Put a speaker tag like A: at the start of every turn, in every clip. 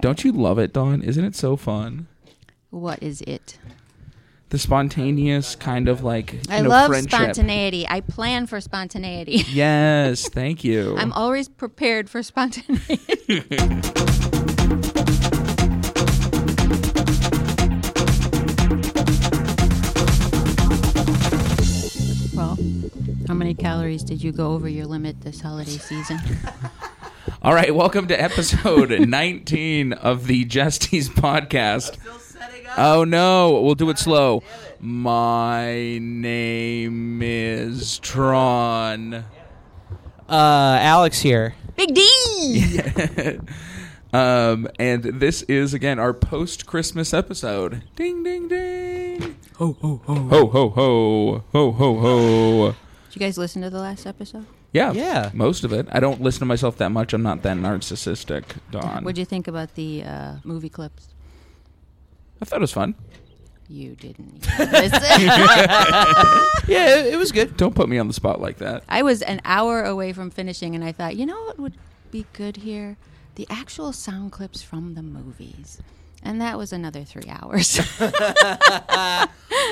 A: Don't you love it, Dawn? Isn't it so fun?
B: What is it?
A: The spontaneous kind of like you
B: I
A: know,
B: love
A: friendship.
B: spontaneity. I plan for spontaneity.
A: Yes, thank you.
B: I'm always prepared for spontaneity. well, how many calories did you go over your limit this holiday season?
A: All right, welcome to episode 19 of the Justies podcast. Oh no, we'll do it slow. My name is Tron.
C: Uh, Alex here.
B: Big D!
A: Um, and this is again our post Christmas episode. Ding ding ding.
C: Ho ho ho.
A: Ho ho ho. Ho ho ho.
B: Did you guys listen to the last episode?
A: Yeah.
C: Yeah.
A: Most of it. I don't listen to myself that much. I'm not that narcissistic, Don.
B: What'd you think about the uh, movie clips?
A: I thought it was fun.
B: You didn't even listen.
C: Yeah, it, it was good.
A: Don't put me on the spot like that.
B: I was an hour away from finishing, and I thought, you know what would be good here? The actual sound clips from the movies. And that was another three hours.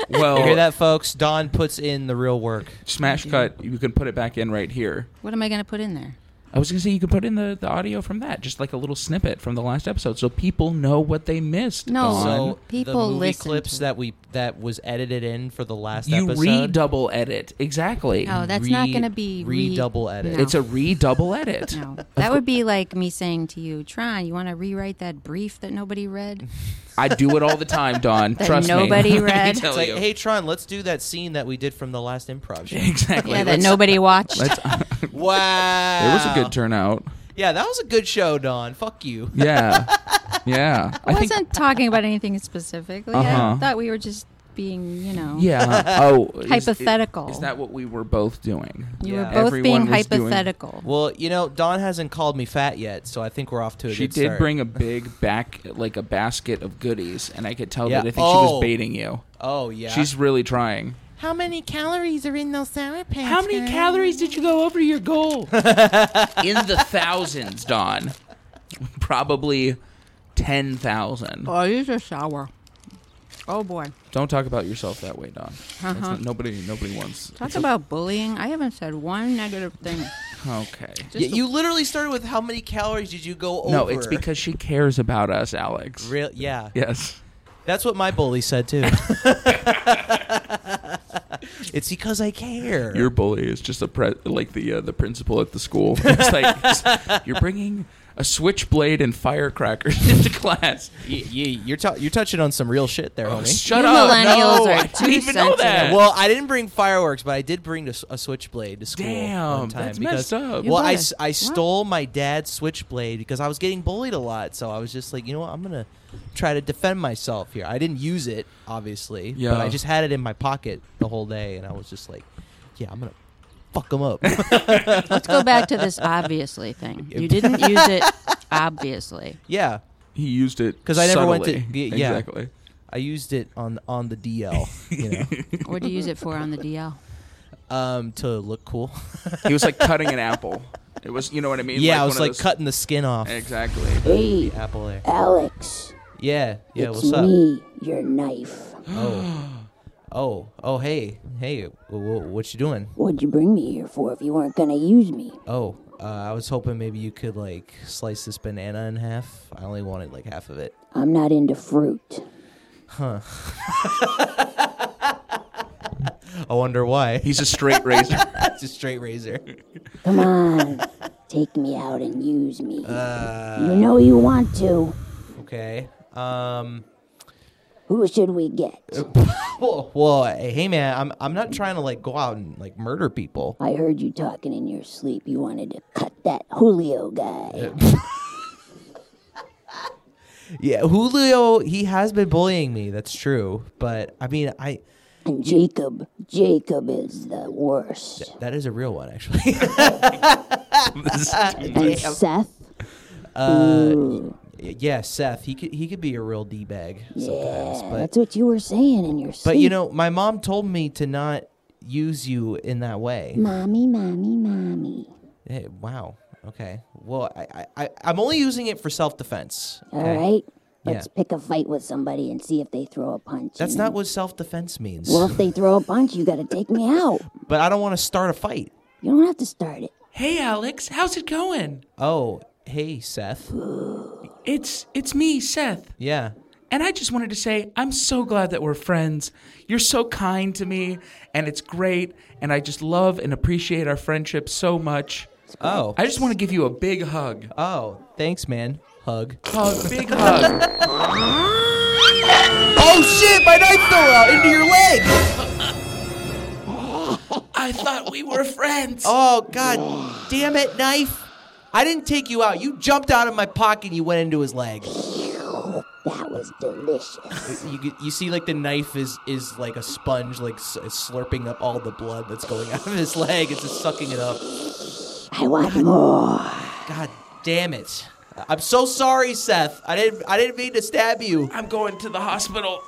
A: Well,
C: You hear that, folks? Don puts in the real work.
A: smash cut. You can put it back in right here.
B: what am I going to put in there?
A: I was gonna say you could put in the, the audio from that, just like a little snippet from the last episode, so people know what they missed.
B: No.
A: Dawn.
B: Fun.
C: So
B: People
C: the movie
B: listen
C: clips
B: to
C: that we that was edited in for the last
A: you
C: episode.
A: redouble edit exactly.
B: Oh, that's
C: Re-
B: not going to be re-
C: redouble edit.
B: No.
A: It's a redouble edit.
B: no. That would be like me saying to you, Tron, you want to rewrite that brief that nobody read?
A: I do it all the time, Don.
B: That
A: Trust
B: nobody
A: me. Let me
B: read.
A: tell
C: It's like,
A: you.
C: hey Tron, let's do that scene that we did from the last improv show.
A: exactly.
B: yeah, that
A: Let's-
B: nobody watched.
A: let's-
C: wow,
A: it was a good turnout.
C: yeah, that was a good show, Don. Fuck you.
A: Yeah, yeah.
B: I wasn't talking about anything specifically.
A: Uh-huh.
B: I thought we were just being, you know,
A: Yeah. Oh, is-
B: Hypothetical.
A: Is, that what we were both doing?
B: you
C: Yeah.
B: were both
A: Everyone
B: being
A: was doing-
B: hypothetical.
C: Well, you know, Don hasn't called me fat yet, so I think we're off to a
A: She
C: good
A: did
C: start.
A: bring a big back, like a basket of goodies, and I could tell
C: Yeah.
A: that I think she
C: Oh.
A: was baiting you.
C: Oh yeah.
A: She's really trying.
C: How many calories are in those sour pants? girl?
A: did you go over your goal? In the thousands, Don. Probably ten thousand.
B: oh, these are sour. Oh, boy.
A: Don't talk about yourself that way, Don. That's
B: Uh-huh.
A: not- nobody, nobody wants.
B: Talk about bullying. I haven't said one negative thing.
A: Okay.
B: Just
C: Yeah, you literally started with how many calories did you go over?
A: No, it's because she cares about us, Alex.
C: Real, yeah.
A: Yes.
C: That's what my bully said too. it's because I care.
A: Your bully is just a pre- like the uh, the principal at the school. It's like you're bringing a switchblade and firecrackers into class.
C: you, you, are you're touching on some real shit there,
A: Oh,
C: homie.
A: shut
B: You
A: up!
B: millennials
A: no,
B: are
A: I
B: too
A: didn't even know that.
B: sensitive.
C: well, I didn't bring fireworks, but I did bring a, s- a switchblade to school.
A: Damn,
C: one time
A: that's
C: because,
A: messed up.
B: You
C: Well,
B: bought
C: I, s-
B: it.
C: I
B: What?
C: stole my dad's switchblade because I was getting bullied a lot. So I was just like, you know what? I'm going to try to defend myself here. I didn't use it, obviously,
A: Yeah.
C: but I just had it in my pocket the whole day. And I was just like, yeah, I'm going to fuck them up.
B: Let's go back to this obviously thing. You didn't use it obviously.
C: yeah.
A: he used it
C: 'Cause I never went to-
A: subtly.
C: y- yeah.
A: Exactly.
C: I used it on on the DL, you know,
B: What do you use it for on the DL?
C: um, to look cool.
A: He was like cutting an apple. It was, you know what I mean?
C: yeah, I
A: one
C: was
A: of
C: like
A: those-
C: cutting the skin off
A: Exactly.
D: Hey,
C: the apple there.
D: Alex,
C: Yeah, yeah.
D: it's
C: what's up?
D: me, your knife.
C: Oh, oh, oh. Hey, hey. wha- wha- what you doing?
D: What'd you bring me here for if you weren't gonna use me?
C: Oh, uh, I was hoping maybe you could like slice this banana in half. I only wanted like half of it.
D: I'm not into fruit.
C: I wonder why.
A: He's a straight razor.
C: it's a straight razor.
D: Come on, take me out and use me. you
C: Uh.
D: know you want to.
C: Okay. Um.
D: Who should we get?
C: Uh. Well, well. Hey, man. I'm I'm not trying to like go out and like murder people.
D: I heard you talking in your sleep. You wanted to cut that Julio guy.
C: Yeah, Julio, he has been bullying me. That's true. But I mean, I
D: And Jacob, Jacob is the worst.
C: that is a real one actually.
D: And Seth? Ooh,
C: yeah, Seth, he could he could be a real d bag sometimes.
D: yeah,
C: but
D: that's what you were saying in your sleep.
C: but you know, my mom told me to not use you in that way.
D: Mm. mommy, mommy, mommy.
C: Hey, wow. Okay. Well, I, I, I I'm only using it for self defense.
D: All right?
C: Yeah.
D: Let's pick a fight with somebody and see if they throw a punch.
C: That's
D: you know?
C: not what self defense means.
D: Well, if they throw a punch, you got to take me out.
C: but I don't want to start a fight.
D: You don't have to start it.
A: Hey, Alex, how's it going?
C: Oh, hey, Seth.
A: It's it's me, Seth.
C: Yeah.
A: And I just wanted to say I'm so glad that we're friends. You're so kind to me, and it's great. And I just love and appreciate our friendship so much.
C: Oh.
A: I just want to give you a big hug.
C: oh, thanks, man. Hug.
A: Hug, big hug.
C: Oh shit! My knife fell out into your leg.
A: I thought we were friends.
C: Oh god, damn it, knife! I didn't take you out. You jumped out of my pocket. and You went into his leg.
D: That was delicious.
C: You, get- you see, like the knife is is like a sponge, like s- slurping up all the blood that's going out of his leg. It's just sucking it up.
D: I want more.
C: God damn it! I'm so sorry, Seth. I didn't I didn't mean to stab you.
A: I'm going to the hospital.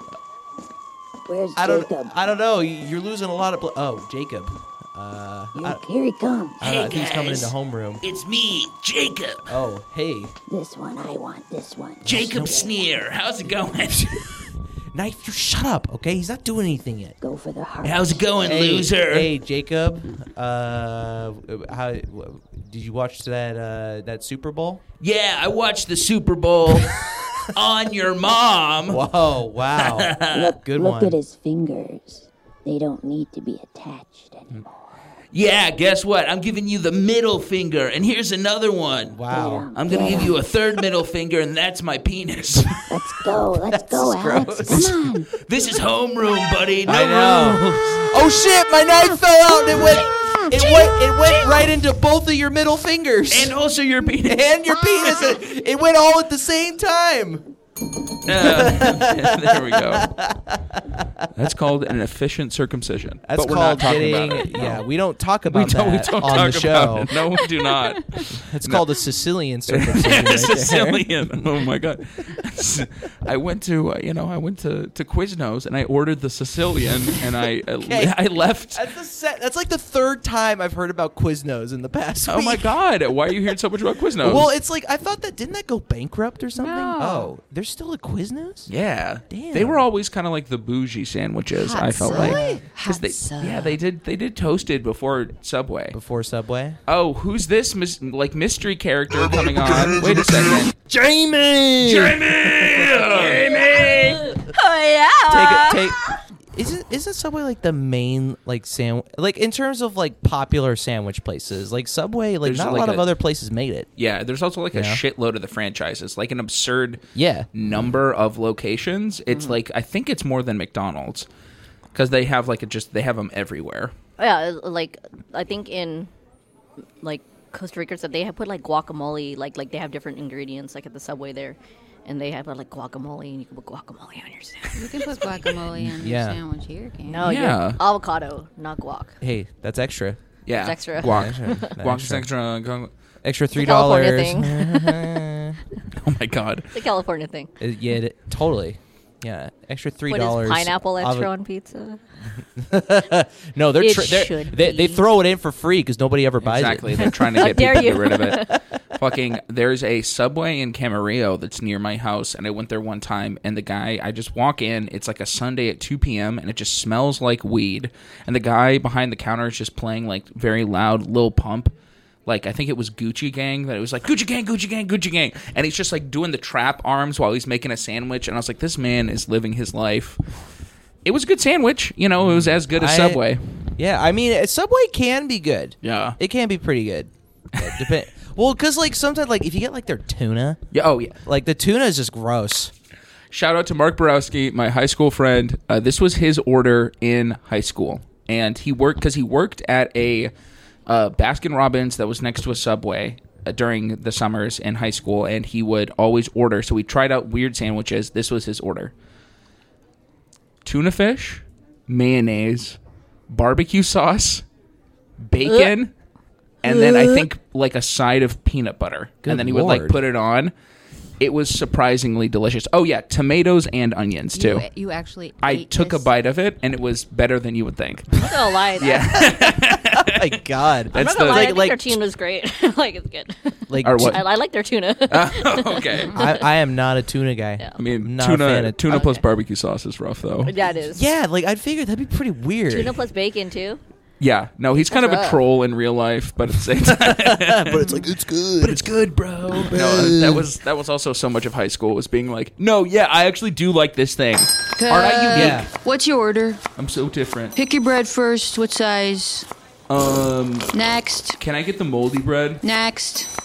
D: Where's
C: I don't
D: Jacob?
C: I don't know. You're losing a lot of blood. Oh, Jacob. Uh,
D: Look, here he comes.
C: I don't know. I think he's coming
A: guys.
C: into homeroom.
A: It's me, Jacob.
C: Oh, hey,
D: This one, I want this one.
A: Jacob Sneer. How's it going?
C: knife! You shut up, okay? He's not doing anything yet.
D: Go for the heart.
A: How's it going,
C: Hey,
A: loser?
C: Hey, Jacob. Uh, how w- did you watch that uh, that Super Bowl?
A: Yeah, I watched the Super Bowl on your mom.
C: Whoa! Wow.
D: Look,
C: good
D: look
C: one.
D: at his fingers. They don't need to be attached anymore.
A: Yeah, guess what? I'm giving you the middle finger, and here's another one.
C: Wow.
A: I'm gonna give you a third middle finger, and that's my penis.
D: Let's go. Let's go, Alex. Come on.
A: this is homeroom, buddy. No
C: I know.
A: room.
C: oh shit! My knife fell out. and It went. It went. It went right into both of your middle fingers
A: And also your penis.
C: and your penis. It, it went all at the same time.
A: Uh, there we go. That's called an efficient circumcision.
C: That's
A: but we're not
C: called
A: talking
C: getting.
A: about it.
C: Yeah, we don't talk about
A: we don't, we
C: that
A: don't
C: on
A: talk
C: the
A: about
C: show.
A: it. No, we do not.
C: It's called a Sicilian circumcision. right there.
A: Sicilian. Oh my god! I went to uh, you know I went to, to Quiznos and I ordered the Sicilian and I
C: Okay.
A: I left.
C: That's the se- that's like the third time I've heard about Quiznos in the past.
A: Oh my
C: week.
A: god! Why are you hearing so much about Quiznos?
C: Well, it's like I thought that didn't that go bankrupt or something?
B: No.
C: Oh, there's still a Quiznos?
A: yeah,
C: Damn.
A: they were always kind of like the bougie sandwiches.
B: Hot
A: I felt
B: sub.
A: like
B: Really?
A: 'Cause
B: Hot
A: they
B: sub.
A: yeah they did they did toasted before Subway.
C: Before Subway.
A: Oh, who's this mis- like mystery character coming on? Wait a second,
C: Jamie.
A: Jamie.
B: Oh
C: Take
B: yeah.
C: it. Take. Isn't isn't Subway like the main like sandwich like in terms of like popular sandwich places like Subway like
A: There's
C: not
A: like
C: a lot of
A: a-
C: other places made it.
A: Yeah, there's also like a
C: Yeah.
A: shitload of the franchises, like an absurd
C: Yeah.
A: number of locations. It's
C: Mm.
A: like I think it's more than McDonald's because they have like a just they have them everywhere.
E: Yeah, like I think in like Costa Rica said they have put like guacamole, like like they have different ingredients like at the subway there, and they have like guacamole, and you can put guacamole on your sandwich.
B: You can put guacamole on
C: Yeah.
B: your sandwich here, can't
E: No,
A: yeah.
E: yeah, avocado, not guac.
C: Hey, that's extra.
A: Yeah,
E: It's extra.
A: guac,
C: Extra.
A: guac is extra. Gu-
C: Extra $3.
E: a California thing.
A: Oh my god,
E: It's a California thing.
C: Uh, yeah, it, totally. Yeah, extra $3.
E: What is pineapple extra
C: Avo-
E: on pizza?
C: No, they're,
E: It
C: tr- they're
E: should
C: they, they
E: be.
C: throw it in for free because nobody ever buys
A: exactly.
C: it.
A: They're trying to get
E: dare
A: people to
E: you.
A: get rid of it. Fucking, there's a subway in Camarillo that's near my house, and I went there one time, and the guy, I just walk in. It's like a Sunday at 2 p.m., and it just smells like weed. And the guy behind the counter is just playing like very loud Lil Pump. Like I think it was Gucci Gang that it was like Gucci Gang, Gucci Gang, Gucci Gang, and he's just like doing the trap arms while he's making a sandwich, and I was like, this man is living his life. It was a good sandwich, you know. It was as good as
C: I-
A: Subway.
C: Yeah, I mean, uh, Subway can be good.
A: Yeah.
C: It can be pretty good. It Depend- well, because like sometimes like if you get like their tuna,
A: Yeah. Oh yeah.
C: like the tuna is just gross.
A: Shout out to Mark Borowski, my high school friend. Uh, this was his order in high school, and he worked because he worked at a uh, Baskin Robbins that was next to a Subway uh, during the summers in high school, and he would always order. So we tried out weird sandwiches. This was his order: tuna fish, mayonnaise, barbecue sauce, bacon, and then I think like a side of peanut butter,
C: Uh. Good
A: and then he would like
C: lord.
A: put it on. It was surprisingly delicious. Oh yeah, tomatoes and onions too.
B: You, you actually.
A: I
B: ate
A: took a
B: this-
A: bite of it and it was better than you would think.
E: I'm not gonna lie. that-
C: My God,
E: I'm
A: That's
E: not gonna
A: the-
E: lie. I
A: Like-
E: think
C: like-
E: their tuna is great. like it's good.
C: like
A: Or what?
E: I, I like their tuna.
F: Uh,
A: okay.
C: I, I am not a tuna guy.
E: Yeah.
A: I mean,
C: Not a fan
A: tuna
C: of-
A: tuna plus barbecue sauce is rough though.
E: that is.
C: Yeah, like I'd figure that'd be pretty weird.
E: Tuna plus bacon too.
A: Yeah, no, he's kind of a troll in real life, but at the same time,
C: but it's like it's good.
A: but it's good, bro. No, that was that was also so much of high school was being like, no, yeah, I actually do like this thing. Aren't I unique?
C: yeah.
B: What's your order?
A: I'm so different.
B: Pick your bread first. What size?
A: Um,
B: Next.
A: can I get the moldy bread?
B: Next.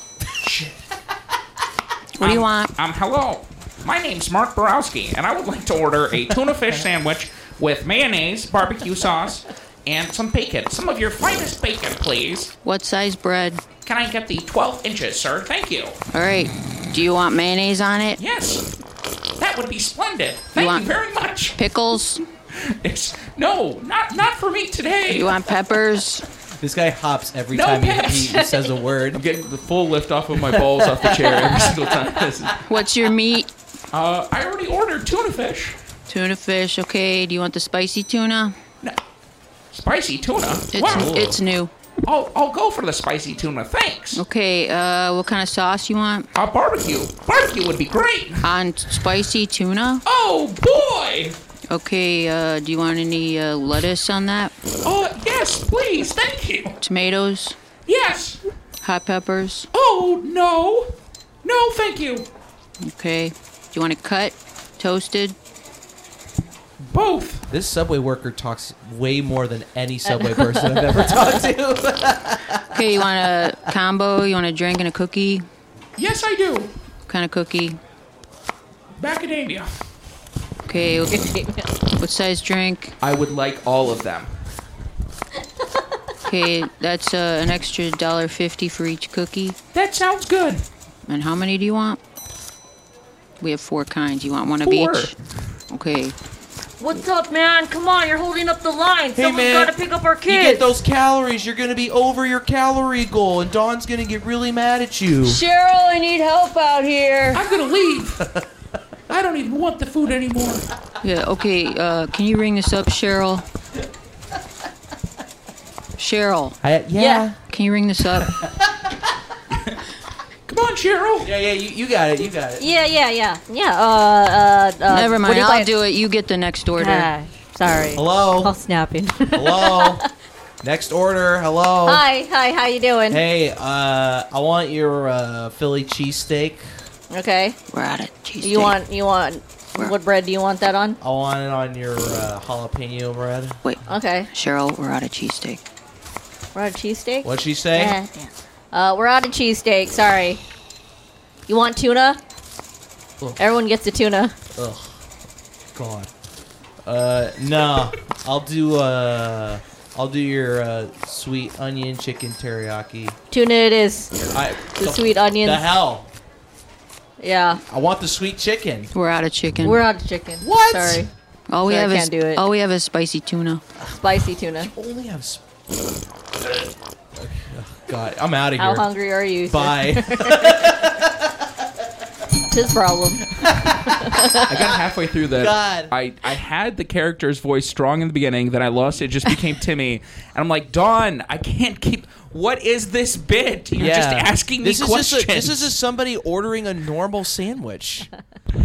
B: What do you want?
G: Um, hello. My name's Mark Borowski, and I would like to order a tuna fish sandwich with mayonnaise, barbecue sauce, and some bacon. Some of your finest bacon, please.
B: What size bread?
G: Can I get the 12 inches, sir? Thank you.
B: All right. Do you want mayonnaise on it?
G: Yes. That would be splendid. Thank you,
B: want-
G: very much.
B: Pickles?
G: It's, no, not not for me today.
B: You want peppers?
C: This guy hops every
G: No
C: time he,
G: pass.
C: he says a
A: I'm
C: word.
A: getting the full lift off of my balls off the chair every single time. This is-
B: What's your meat?
G: uh, I already ordered tuna fish.
B: Tuna fish. Okay. Do you want the spicy tuna?
G: No, spicy tuna.
B: It's
G: wow.
B: it's new.
G: I'll, I'll go for the spicy tuna. Thanks.
B: Okay. Uh, what kind of sauce you want
G: A barbecue. Barbecue would be great.
B: on spicy tuna?
G: Oh boy!
B: Okay. Uh, do you want any uh, lettuce on that?
G: Oh yes, please, thank you.
B: Tomatoes?
G: Yes.
B: Hot peppers?
G: Oh no, no, thank you.
B: Okay. Do you want it cut? Toasted?
G: Both.
C: This subway worker talks way more than
E: Uh,
C: any subway person I've ever talked to.
B: Okay. You want a combo? You want a drink and a cookie?
G: Yes, I do.
B: What kind of cookie?
G: Macadamia.
B: Okay. What size drink?
A: I would like all of them.
B: Okay, that's uh, an extra dollar fifty for each cookie.
G: That sounds good.
B: And how many do you want? We have four kinds. You want one of
A: Four.
B: each? Okay.
F: What's up, man? Come on, you're holding up the line.
C: Hey,
F: Someone's
C: man.
F: got to pick up our
C: You
F: kids.
C: get those calories, you're gonna be over your calorie goal, and Dawn's gonna get really mad at you.
F: Cheryl, I need help out here.
G: I'm gonna leave. I don't even want the food anymore.
B: Yeah. Okay. Uh, can you ring this up, Cheryl? Cheryl,
C: I, yeah. yeah,
B: can you ring this up?
G: Come on, Cheryl.
C: yeah, you, you got it, you got it.
E: Yeah, yeah, yeah, yeah. Uh, uh, uh
B: Never
E: what
B: mind.
E: do you
B: I'll
E: call
B: do it. You get the next order.
E: Ah, sorry.
C: Hello,
E: All snapping.
C: hello. Next order, hello.
E: hi, hi. How you doing?
C: Hey, uh, I want your uh, Philly cheesesteak.
E: Okay.
B: We're out of cheese.
E: You want you want what bread do you want that on?
C: I want it on your uh, jalapeno bread.
B: Wait,
E: Okay.
B: Cheryl, we're out of cheesesteak.
E: We're out of cheesesteak.
C: What'd she say?
E: Yeah. Uh, we're out of cheesesteak. Sorry. You want tuna?
C: Ugh.
E: Everyone gets a tuna.
C: Ugh. God. Uh, no. I'll do, uh, I'll do your, uh, sweet onion chicken teriyaki.
E: Tuna it is.
C: I,
E: The sweet onions.
C: The hell.
E: Yeah.
C: I want the sweet chicken.
B: We're out of chicken.
E: We're out of chicken.
C: What?
E: Sorry.
B: all we
E: Sorry,
B: have
E: I
B: is
E: can't do it.
B: all we have is spicy tuna.
E: Spicy tuna.
C: Only have. Sp- Ugh, God, I'm out of
E: How
C: here.
E: hungry are you?
C: Bye.
E: It's his problem.
A: I got halfway through that.
C: God.
A: I, I had the character's voice strong in the beginning, then I lost it. it just became Timmy, and I'm like, Dawn, I can't keep. What is this bit? You're just asking
C: this
A: me
C: is
A: questions.
C: Just a, this is just somebody ordering a normal sandwich.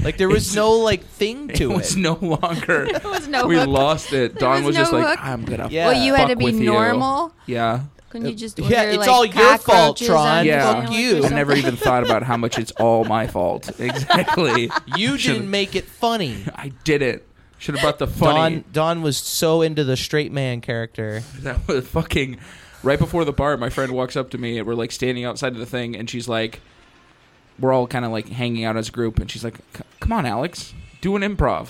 C: Like there was no like thing
A: it
C: to it.
A: was no longer.
B: was no
A: we
B: hook.
A: lost it. Dawn
B: was
A: was, just
B: no
A: like,
B: hook.
A: I'm gonna.
C: Yeah.
B: Well, you had to
A: fuck
B: be
A: with you."
B: normal.
A: Yeah.
B: Couldn't you just order
C: yeah, it's
B: like,
C: all your fault,
B: cockroaches on
C: Tron.
B: your
A: Yeah.
B: sandwich
C: Fuck
B: or
C: you.
A: I never even thought about how much it's all my fault. Exactly.
C: You
A: Should've-
C: didn't make it funny.
A: I did it. Should have brought the funny.
C: Don Don was so into the straight man character.
A: That was fucking right before the bar. My friend walks up to me, and we're like standing outside of the thing, and she's like, "We're all kind of like hanging out as a group," and she's like, "C- "Come on, Alex, Do an improv.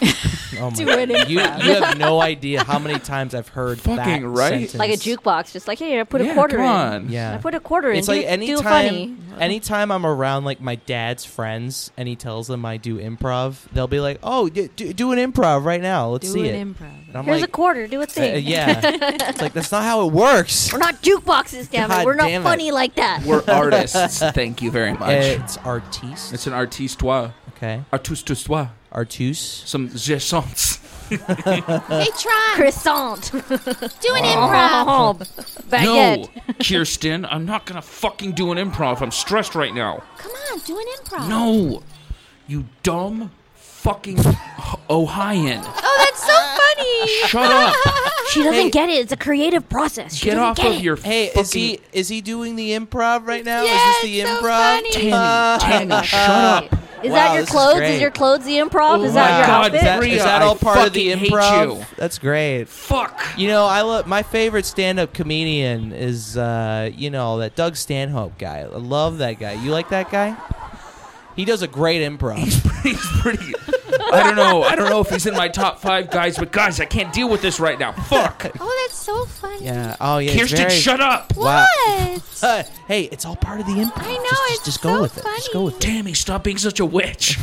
C: Oh my
B: Do it in
C: You, you
B: front.
C: have no idea how many times I've heard
A: Fucking
C: that
A: right.
C: sentence.
E: Like a jukebox, just like hey, I put
A: Yeah,
E: a quarter
A: come
E: in.
A: on.
C: Yeah.
E: I put a quarter
C: It's
E: in.
C: like
E: do, do funny.
C: anytime, anytime I'm around like my dad's friends and he tells them I do improv, they'll be like, "Oh, d- do, do an improv right now. Let's
B: Do
C: see
B: an
C: it."
B: improv.
C: And I'm
E: Here's
C: like,
E: a quarter. Do a
C: uh,
E: thing.
C: "Yeah." it's like that's not how it works.
E: We're not jukeboxes, damn
C: God
E: it. We're not
C: damn it. Uh,
E: funny like that.
A: We're artists. Thank you very much.
C: It's artiste.
A: it's an artiste.
C: okay,
A: Artiste.
C: artuse.
A: Some gestions.
B: Hey, Tron,
E: Croissant.
B: do an improv.
E: Oh,
A: No,
E: baguette.
A: Kirsten, I'm not gonna fucking do an improv. I'm stressed right now.
B: Come on, do an improv.
A: No, you dumb fucking Ohioan.
B: Oh, that's so funny.
A: Shut up.
E: She doesn't
C: Hey.
E: get it. It's a creative process. She
A: Get
E: doesn't
A: off
E: get
A: of
E: it.
A: your
C: Hey,
A: fucking.
C: is he is he doing the improv right now?
B: Yeah,
C: is this the
B: it's so
C: improv?
B: funny.
A: Tammy,
C: Uh,
A: Tammy, shut up.
E: Is
C: Wow,
E: that your
C: this is
E: clothes? Is,
C: great.
E: your clothes the improv?
A: Wow.
E: is that your
A: Oh God,
E: outfit?
C: is that, is
A: Rhea,
C: that
A: I
C: all part of the
A: fucking hate
C: improv?
A: you.
C: That's great.
A: Fuck.
C: You know, I love my favorite stand-up comedian is uh, you know that Doug Stanhope guy. I love that guy. You like that guy? He does a great improv.
A: he's pretty. I don't know. I don't know if he's in my top five guys, but guys, I can't deal with this right now. Fuck.
B: Oh, that's so funny.
C: yeah. Oh yeah. he's
A: Kirsten,
C: very-
A: shut up.
C: Wow.
B: What?
C: Uh, hey, it's all part of the improv.
B: I know,
C: Just, just,
B: it's
C: just go
B: so
C: with it. Just go
B: funny.
C: with it.
A: Tammy, stop being such a witch.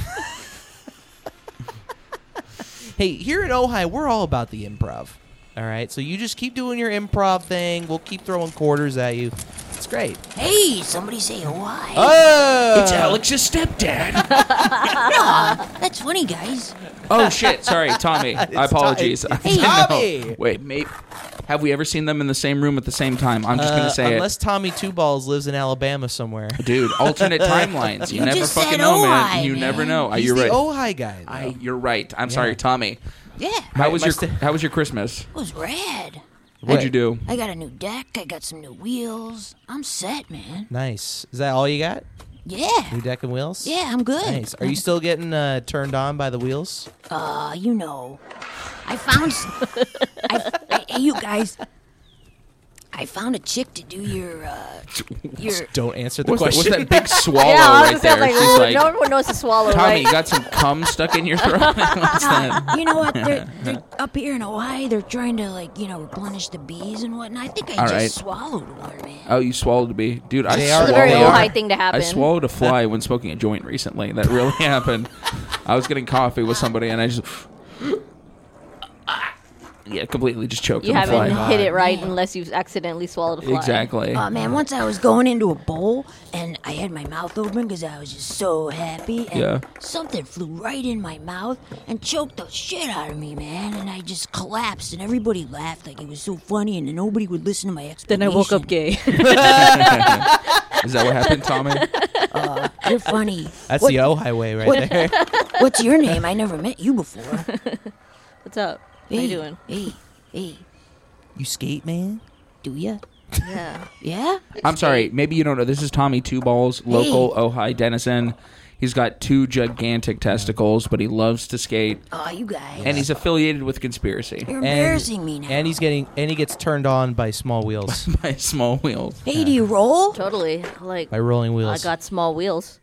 C: Hey, here at Ohio, we're all about the improv. All right. So you just keep doing your improv thing. We'll keep throwing quarters at you. It's great.
D: Hey, somebody say why.
C: Oh,
A: It's Alex's stepdad.
D: That's funny, guys.
A: oh shit. Sorry, Tommy. I apologies.
C: Tommy.
A: I didn't
C: Tommy.
A: know. Wait, mate. Have we ever seen them in the same room at the same time? I'm just gonna
C: Uh,
A: say
C: unless Tommy Two Balls lives in Alabama somewhere.
A: it, dude. Alternate timelines. You,
D: You
A: never
D: just
A: fucking
D: said
A: know, man.
D: Ojai,
A: You
D: man.
A: never know. Ah,
C: "Oh, He's
A: you're
C: the oh,
A: right.
C: Ojai guy. Though.
A: I, you're right. I'm sorry, Tommy.
D: Yeah,
A: How
C: Right,
A: was
C: my
A: your
C: sta-
A: How was your Christmas?
D: it was rad.
A: What'd
C: Right.
A: you do?
D: I got a new deck. I got some new wheels. I'm set, man.
C: Nice. Is that all you got?
D: Yeah,
C: New deck and wheels?
D: yeah, I'm good.
C: Nice. Are you still getting uh, turned on by the wheels?
D: Uh, you know, I found. s- I, I, hey, you guys. I found a chick to do your uh, your
C: Don't answer the
A: What's that, what's
C: question.
A: that big swallow
E: yeah, I
A: right
E: was
A: there?
E: gonna say,
A: She's
E: like, oh,
A: like,
E: no one knows to swallow,
A: Tommy, you
E: right?
A: got some cum stuck in your throat? What's that?
D: you know what? They're, they're up here in Hawaii. They're trying to like you know replenish the bees and whatnot. I think I
A: All
D: just
A: right.
D: swallowed one, man.
A: Oh, you swallowed a bee. Dude, I
C: They
E: It's
A: swallowed
E: a very
C: They
E: old
C: are.
E: high thing to happen.
A: I swallowed a fly when smoking a joint recently. That really happened. I was getting coffee with somebody and I just Yeah, completely just choked
E: You
A: on the
E: haven't
A: fly.
E: hit it right unless you've accidentally swallowed a fly.
A: Exactly.
D: Oh man, once I was going into a bowl and I had my mouth open because I was just so happy, and
A: Yeah.
D: something flew right in my mouth and choked the shit out of me, man. And I just collapsed, and everybody laughed like it was so funny, and nobody would listen to my explanation.
E: Then I woke up gay.
A: Is that what happened, Tommy?
D: You're funny.
C: That's
D: What-
C: the Ojai way right
D: what-
C: there.
D: What's your name? I never met you before.
E: What's up? How
D: Hey,
E: you doing?
D: Hey, hey,
C: You skate, man?
D: do ya?
E: Yeah.
D: Yeah?
A: I'm sorry, maybe you don't know. This is Tommy Two Balls, local Ojai denizen. He's got two gigantic testicles, but he loves to skate.
D: Oh, you guys.
A: And he's affiliated with conspiracy
D: You're embarrassing me now.
C: And he's getting and he gets turned on by small wheels,
A: by small wheels.
D: hey, do you roll?
E: Totally. Like
C: by rolling
E: I
C: wheels.
E: got small wheels.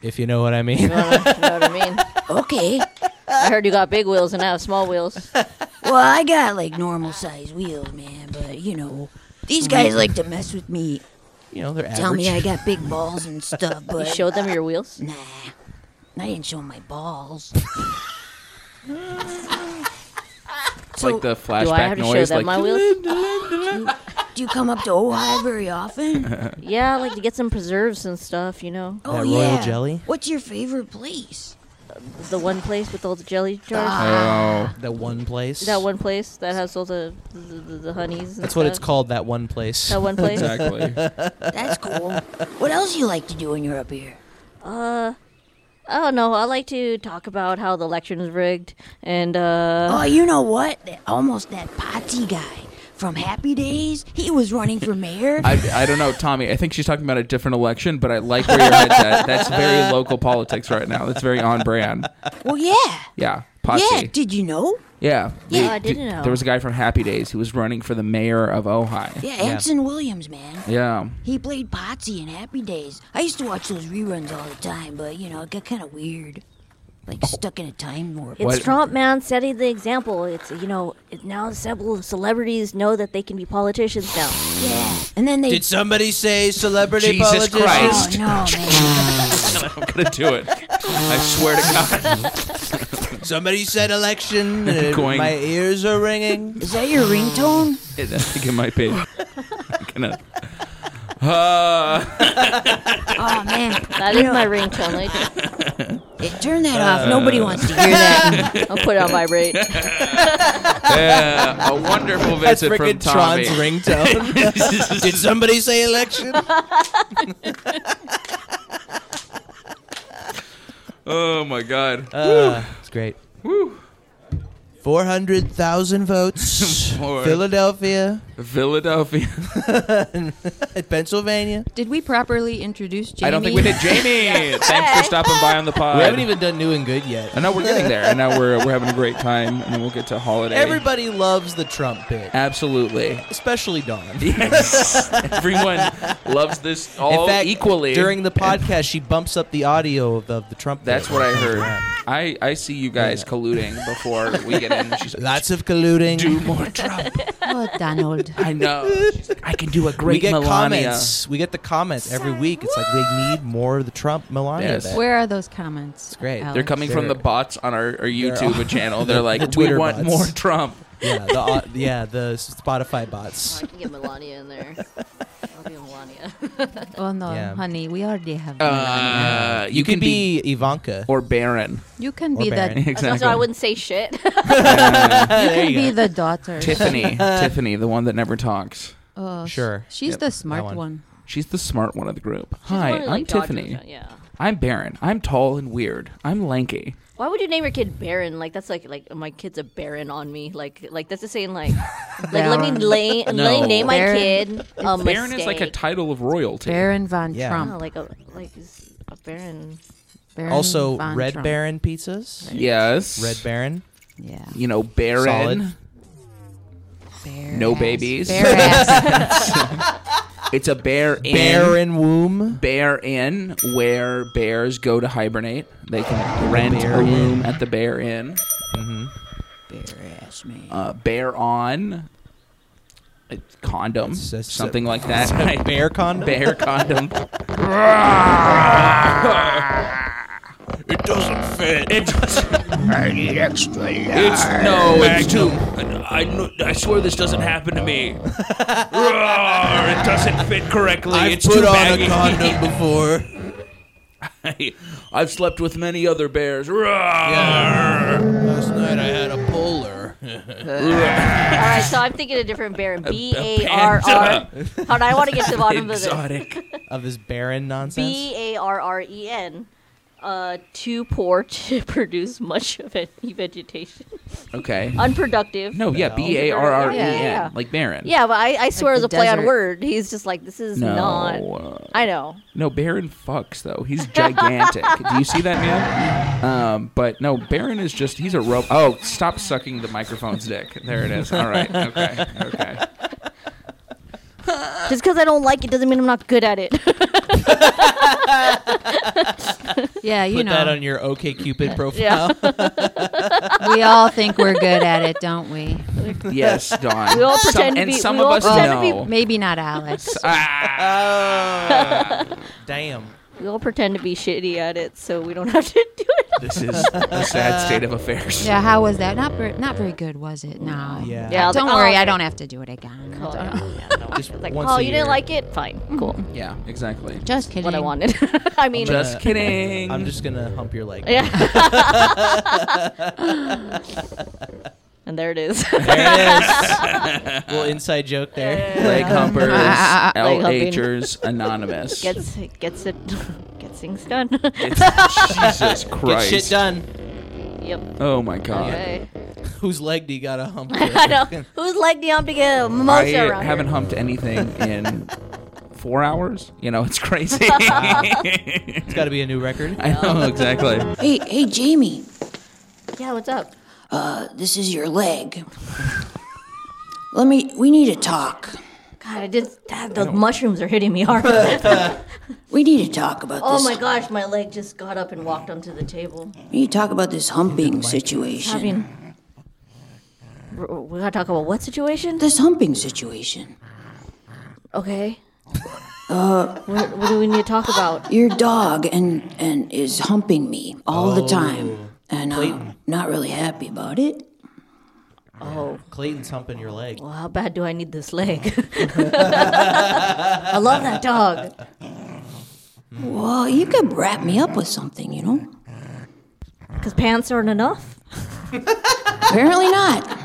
C: if you know what I mean.
E: You know what I mean?
D: Okay.
E: I heard you got big wheels and I have small wheels.
D: Well, I got like normal size wheels, man, but you know, these guys like to mess with me.
C: you know, they're average.
D: Tell me I got big balls and stuff,
E: You
D: but
E: showed them your wheels?
D: nah. I didn't show my balls.
A: It's
D: so,
A: like the flashback
E: Do I have to show
A: noise.
E: them
A: Like,
E: my wheels?
D: do you come up to Ojai very often?
E: Yeah, I like to get some preserves and stuff, you know.
D: Oh,
C: That royal
D: yeah.
C: jelly?
D: What's your favorite place?
E: The one place with all the jelly jars.
A: oh,
C: that one place.
E: That one place that has all the the, the, the honeys. and
C: That's what it's
E: stuff.
C: called. That one place.
E: That one place.
A: exactly.
D: That's cool. what else you like to do when you're up here?
E: I don't know. Oh, I like to talk about how the election is rigged and uh
D: Oh, you know what? That, almost that Patti guy from Happy Days. He was running for mayor.
A: I, I don't know, Tommy. I think she's talking about a different election, but I like where your head's at. That's very local politics right now. That's very on brand.
D: well, yeah.
A: Yeah. Potsy.
D: Yeah, did you know?
A: yeah.
D: Yeah,
A: The-
E: I didn't
A: the-
E: know.
A: There was a guy from Happy Days who was running for the mayor of Ojai.
D: Yeah, Anson Williams, man.
A: Yeah.
D: He played Potsy in Happy Days. I used to watch those reruns all the time, but you know, it got kind of weird. like stuck in a time warp.
A: What?
H: It's Trump, man, setting the example. It's you know it, now several celebrities know that they can be politicians now.
D: Yeah, and then they.
C: Did somebody say celebrity
A: Jesus
C: politicians?
A: Christ.
D: oh no, man!
A: I'm gonna do it. I swear to God.
C: Somebody said election. and
A: Going-
C: My ears are ringing.
D: Is that your ringtone?
A: I think it might be. I'm gonna. Uh,
D: Oh man!
E: That is my ringtone. Like,
D: Hey, turn that off. Nobody wants to hear that.
E: I'll put it on vibrate.
A: yeah, a wonderful
C: That's
A: visit from
C: freaking
A: Tommy.
C: Tron's ringtone. Did somebody say election?
A: oh my God.
C: Uh, it's great. Four hundred thousand votes.
A: Four.
C: Philadelphia,
A: Philadelphia.
C: Pennsylvania.
B: Did we properly introduce Jamie?
A: I don't think we did. Jamie, thanks for stopping by on the pod.
C: We haven't even done new and good yet.
A: Uh, I know we're getting there. I know we're we're having a great time, and we'll get to holiday.
C: Everybody loves the Trump bit,
A: Absolutely.
C: especially Dawn.
A: Yes. Everyone loves this all
C: In fact,
A: equally.
C: during the podcast, she bumps up the audio of, of the Trump.
A: That's
C: bit.
A: what I heard. I, I see you guys colluding before we get in. She's like,
C: Lots of colluding.
A: do more Trump.
B: Oh, Donald.
A: I know. She's like, I can do a great
C: we get
A: Melania.
C: comments. We get the comments every week. It's like we need more of the Trump Melania.
A: Yes.
C: bit.
B: Where are those comments? It's
C: great. They're
A: They're coming from the bots on our, our YouTube
C: all-
A: channel. They're like,
C: the
A: we
C: Twitter
A: want
C: bots."
A: more Trump.
C: Yeah, the, au- yeah, the Spotify bots.
E: I can get Melania in there. I'll be Melania.
B: Oh no,
C: Yeah.
B: honey, we already have.
A: Uh, you,
C: You could be, Ivanka.
A: or Baron.
B: you can
C: or
B: be
C: Barron.
B: the.
E: That's why I wouldn't say shit.
A: Uh,
B: You
C: There
B: can
C: you
B: be
C: go.
B: the daughter.
A: Tiffany. Tiffany, the one that never talks.
B: Oh, s-
C: Sure.
B: She's
C: Yep,
B: the
C: that
B: smart
C: one.
B: one.
A: She's the smart one of the group. Hi,
E: Wanna,
A: I'm
E: like, dodge
A: Tiffany.
E: it, Yeah.
A: I'm Baron. I'm tall and weird. I'm lanky.
E: Why would you name your kid Baron? Like that's like like my kid's a Baron on me. Like like that's the same like like let me
B: Baron.
E: lay, let
A: No.
E: me name my
B: Baron.
E: kid a
A: Baron is like a
E: mistake.
A: title of royalty.
B: Baron von
C: Yeah.
E: Oh,
B: Trump.
E: like a like is a Baron.
B: Baron
C: Also,
B: von
C: Red
B: Trump.
C: Baron pizzas.
A: Yes.
C: Red Baron.
B: Yeah.
A: You know, Baron.
C: Solid.
B: Bear
A: No
B: ass.
A: babies.
B: Bear ass.
A: It's a bear in.
C: Baron womb.
A: Bear Inn, where bears go to hibernate. They can rent
C: Bear
A: a room at the Bear Inn.
D: Bare ass
C: Mm-hmm.
D: man.
A: Uh, bear on. A condom.
C: that's-
A: something like that. Right.
C: Bear condom.
A: bear condom.
I: It doesn't fit. It I need extra large.
A: It's no, it's too.
I: I, kn- I swear this doesn't happen to me. Roar, it doesn't fit correctly.
C: I've
I: it's
C: put
I: too
C: on
I: baggy.
C: a condom before.
A: I've slept with many other bears. Roar.
C: Last night I had a polar.
E: All right, so I'm thinking a different Baron. B A R R. Hold on, I want to get to the bottom of this.
A: Exotic.
C: Of his Baron nonsense.
E: B A R R E N. Uh, too poor to produce much of any vegetation.
A: Okay.
E: Unproductive.
A: No, yeah, B A R R E
E: Yeah,
A: N,
E: yeah.
A: like Baron.
E: Yeah, but I, I swear it was
B: the
E: a play on
B: desert.
E: word. He's just like, this is
A: No.
E: not.
A: uh,
E: I know.
A: No, Baron fucks though. He's gigantic. Do you see that man? Um, but no, Baron is just he's a rope. Oh, stop sucking the microphone's dick. There it is. All right. Okay. Okay.
E: Just because I don't like it doesn't mean I'm not good at it.
B: yeah, you
C: Put
B: know,
C: that on your OK Cupid profile.
E: yeah.
B: we all think we're good at it, don't we?
A: Yes, Dawn.
E: We all
A: Some-
E: pretend to
A: and
E: be-
A: some
E: we
A: of
E: all
A: us
E: pretend to be-
A: know.
B: Maybe not Alex.
A: Ah,
C: Damn.
E: we all pretend to be shitty at it, so we don't have to do it.
A: this is a sad state of affairs.
B: Yeah, how was that? Not ver- not very good, was it? No.
C: Yeah.
E: Yeah, I was
B: Don't
E: like, oh,
B: worry, I
E: okay.
B: don't have to do it again.
E: Cool.
B: Don't-
E: Yeah, no, I was
C: Just
E: like,
C: once
E: oh,
C: a
E: you
C: year.
E: didn't like it? Fine, cool.
A: Yeah, exactly.
B: Just kidding.
E: What I wanted. I mean,
A: Just
C: Uh,
A: kidding.
C: I'm just gonna hump your leg.
E: yeah. and there it is.
C: There it is. little inside joke there.
A: Leg humpers,
E: Leg humping.
A: LHers Anonymous.
E: gets gets it gets things done.
A: It's- Jesus
C: Get
A: Christ.
C: shit done.
E: yep.
A: Oh my God.
E: Okay.
C: Whose leg do you gotta hump?
E: I know. Who's like the Omega
A: I
E: mimosa around here?
A: haven't humped anything in four hours. You know, it's crazy.
C: It's gotta be a new record.
A: I know exactly.
D: Hey, hey, Jamie.
E: Yeah, what's up?
D: Uh, this is your leg. Let me. We need to talk.
E: God, I did. God, those mushrooms are hitting me hard.
D: We need to talk about
E: oh
D: this.
E: my gosh, my leg just got up and walked onto the table.
D: We need to talk about this humping situation.
E: I mean, r- we gotta talk about what situation?
D: this humping situation.
E: Okay. Uh, what, what do we need to talk about?
D: Your dog and and is humping me all the time, and I'm not really happy about it.
E: Oh,
C: Clayton's humping your leg.
E: well, how bad do I need this leg? I love that dog.
D: Well, you could wrap me up with something, you know.
E: Because pants aren't enough.
D: Apparently not.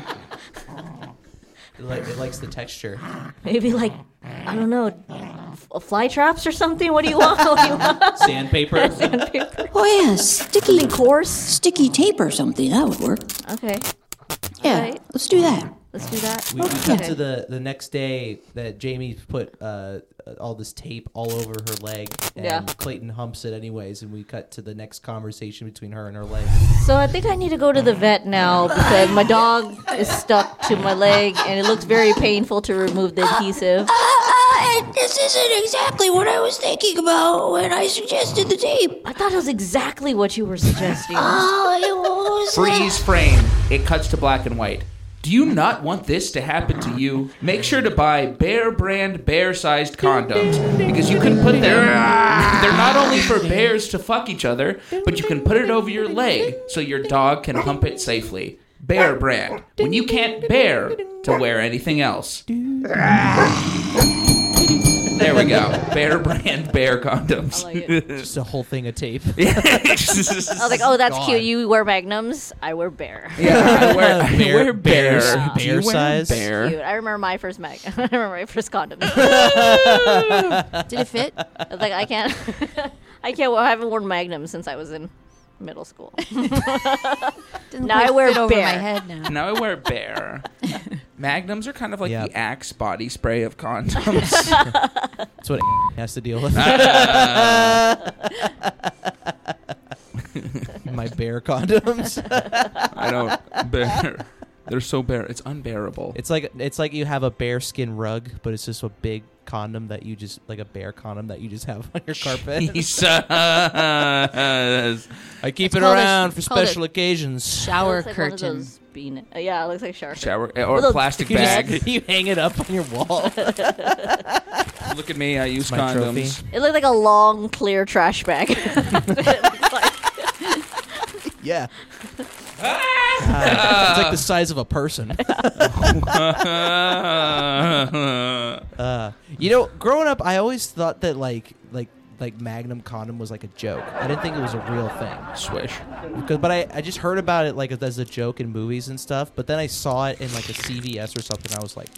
C: It, like, it likes the texture.
E: Maybe like I don't know, f- fly traps or something. What do you want? What do you want?
C: Sandpaper.
D: Oh yeah, sticky
E: Course.
D: sticky tape or something that would work.
E: Okay,
D: Yeah,
E: Alright.
D: let's do that.
E: let's do that.
C: We, we cut to the, the next day that Jamie put uh, all this tape all over her leg, and
E: Yeah.
C: Clayton humps it anyways. And we cut to the next conversation between her and her leg.
E: So I think I need to go to the vet now because my dog is stuck to my leg and it looks very painful to remove the adhesive.
D: Uh, uh, this isn't exactly what I was thinking about when I suggested the tape.
E: I thought it was exactly what you were suggesting.
D: Oh, it was
A: Freeze frame. It cuts to black and white. Do you not want this to happen to you? Make sure to buy Bear brand bear sized condoms because you can put them. They're not only for bears to fuck each other, but you can put it over your leg so your dog can hump it safely. Bear brand. When you can't bear to wear anything else. There we go. Bear brand bear condoms.
C: Just a whole thing of tape.
E: I was like, oh, that's
C: Gone.
E: cute. You wear magnums. I wear bear.
A: I wear, I
C: Bear-
A: wear bear.
C: bears-
A: Do you
C: bear
A: wear
C: size?
A: Bear.
E: Cute. I remember my first mag. I remember my first condom. I
B: Did it fit?
E: was like, I can't. I can't. I haven't worn magnums since I was in middle school.
B: Doesn't
E: Now
B: quite
E: I wear
B: fit over
E: bear.
B: my head now.
A: Now I wear bear. Magnums are kind of like
C: Yeah.
A: the Axe body spray of condoms.
C: That's what has to deal with. My bear condoms.
A: I don't bear. They're so bare. It's unbearable.
C: It's like it's like you have a bear skin rug, but it's just a big condom that you just like a bear condom that you just have on your carpet.
A: Jesus.
C: I keep
B: It's
C: it
B: called a-
C: around for
B: it's called a-
C: special occasions.
B: Shower
E: It's like one of
B: curtain.
E: those bean- yeah, it looks like shower. curtain.
A: Shower eh, or
E: those
A: plastic
E: sticky
A: bag.
C: you hang it up on your wall.
A: Look at me. I use
C: My
A: condoms.
E: It looked like a long clear trash bag. It's like-
C: Yeah. Ah! Uh, it's like the size of a person. Uh, you know, growing up, I always thought that like like like Magnum condom was like a joke. I didn't think it was a real thing.
A: Swish.
C: Because, but I, I just heard about it like as a joke in movies and stuff. But then I saw it in like a CVS or something. I was like,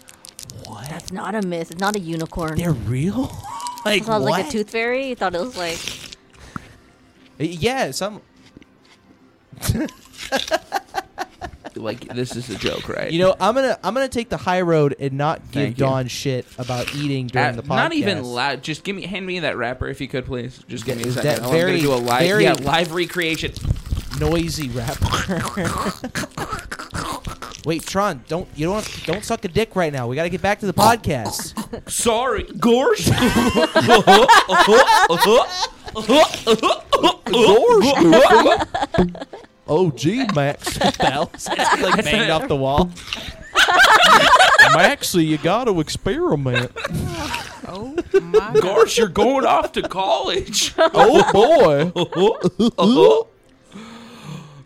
C: what?
E: it's not a myth. It's not a unicorn.
C: They're real?
E: I
C: like
E: thought it was
C: what?
E: like a tooth fairy. You thought it was like
C: Yeah, some.
A: Like this is a joke, right?
C: You know, I'm gonna I'm gonna take the high road and not give
A: Thank you.
C: Don shit about eating during
A: Uh,
C: the podcast.
A: not even loud. Just give me, hand me that wrapper if you could, please. Just give me a
C: Is
A: second.
C: that
A: Oh,
C: very-
A: I'm gonna do a live,
C: very-
A: yeah, live recreation.
C: noisy rapper. Wait, Tron, don't you don't don't suck a dick right now. We got to get back to the podcast.
A: Sorry, gorsh.
C: oh, gee, Max, bells like banged off the wall. Maxie, you got to experiment.
B: Oh my!
A: Gorsh, you're going off to college.
C: Oh boy,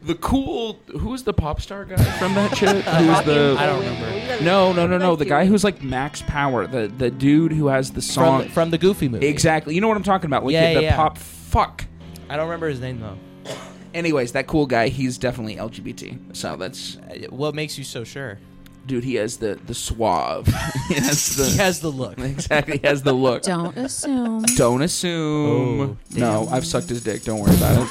A: The cool, who's the pop star guy from that shit? Who's the? I don't remember. No, no, no, no. The guy who's like Max Power, the the dude who has the song.
C: from from the Goofy movie.
A: exactly. You know what I'm talking about? Like
C: Yeah,
A: the
C: yeah.
A: pop fuck.
C: I don't remember his name though.
A: Anyways, that cool guy, he's definitely LGBT. So that's
C: Uh, What makes you so sure?
A: dude. He has the the suave. he has
C: He
A: the
C: has the look.
A: exactly. He has the look.
B: Don't assume.
A: Don't assume.
C: Oh,
A: no, I've sucked his dick. Don't worry about it.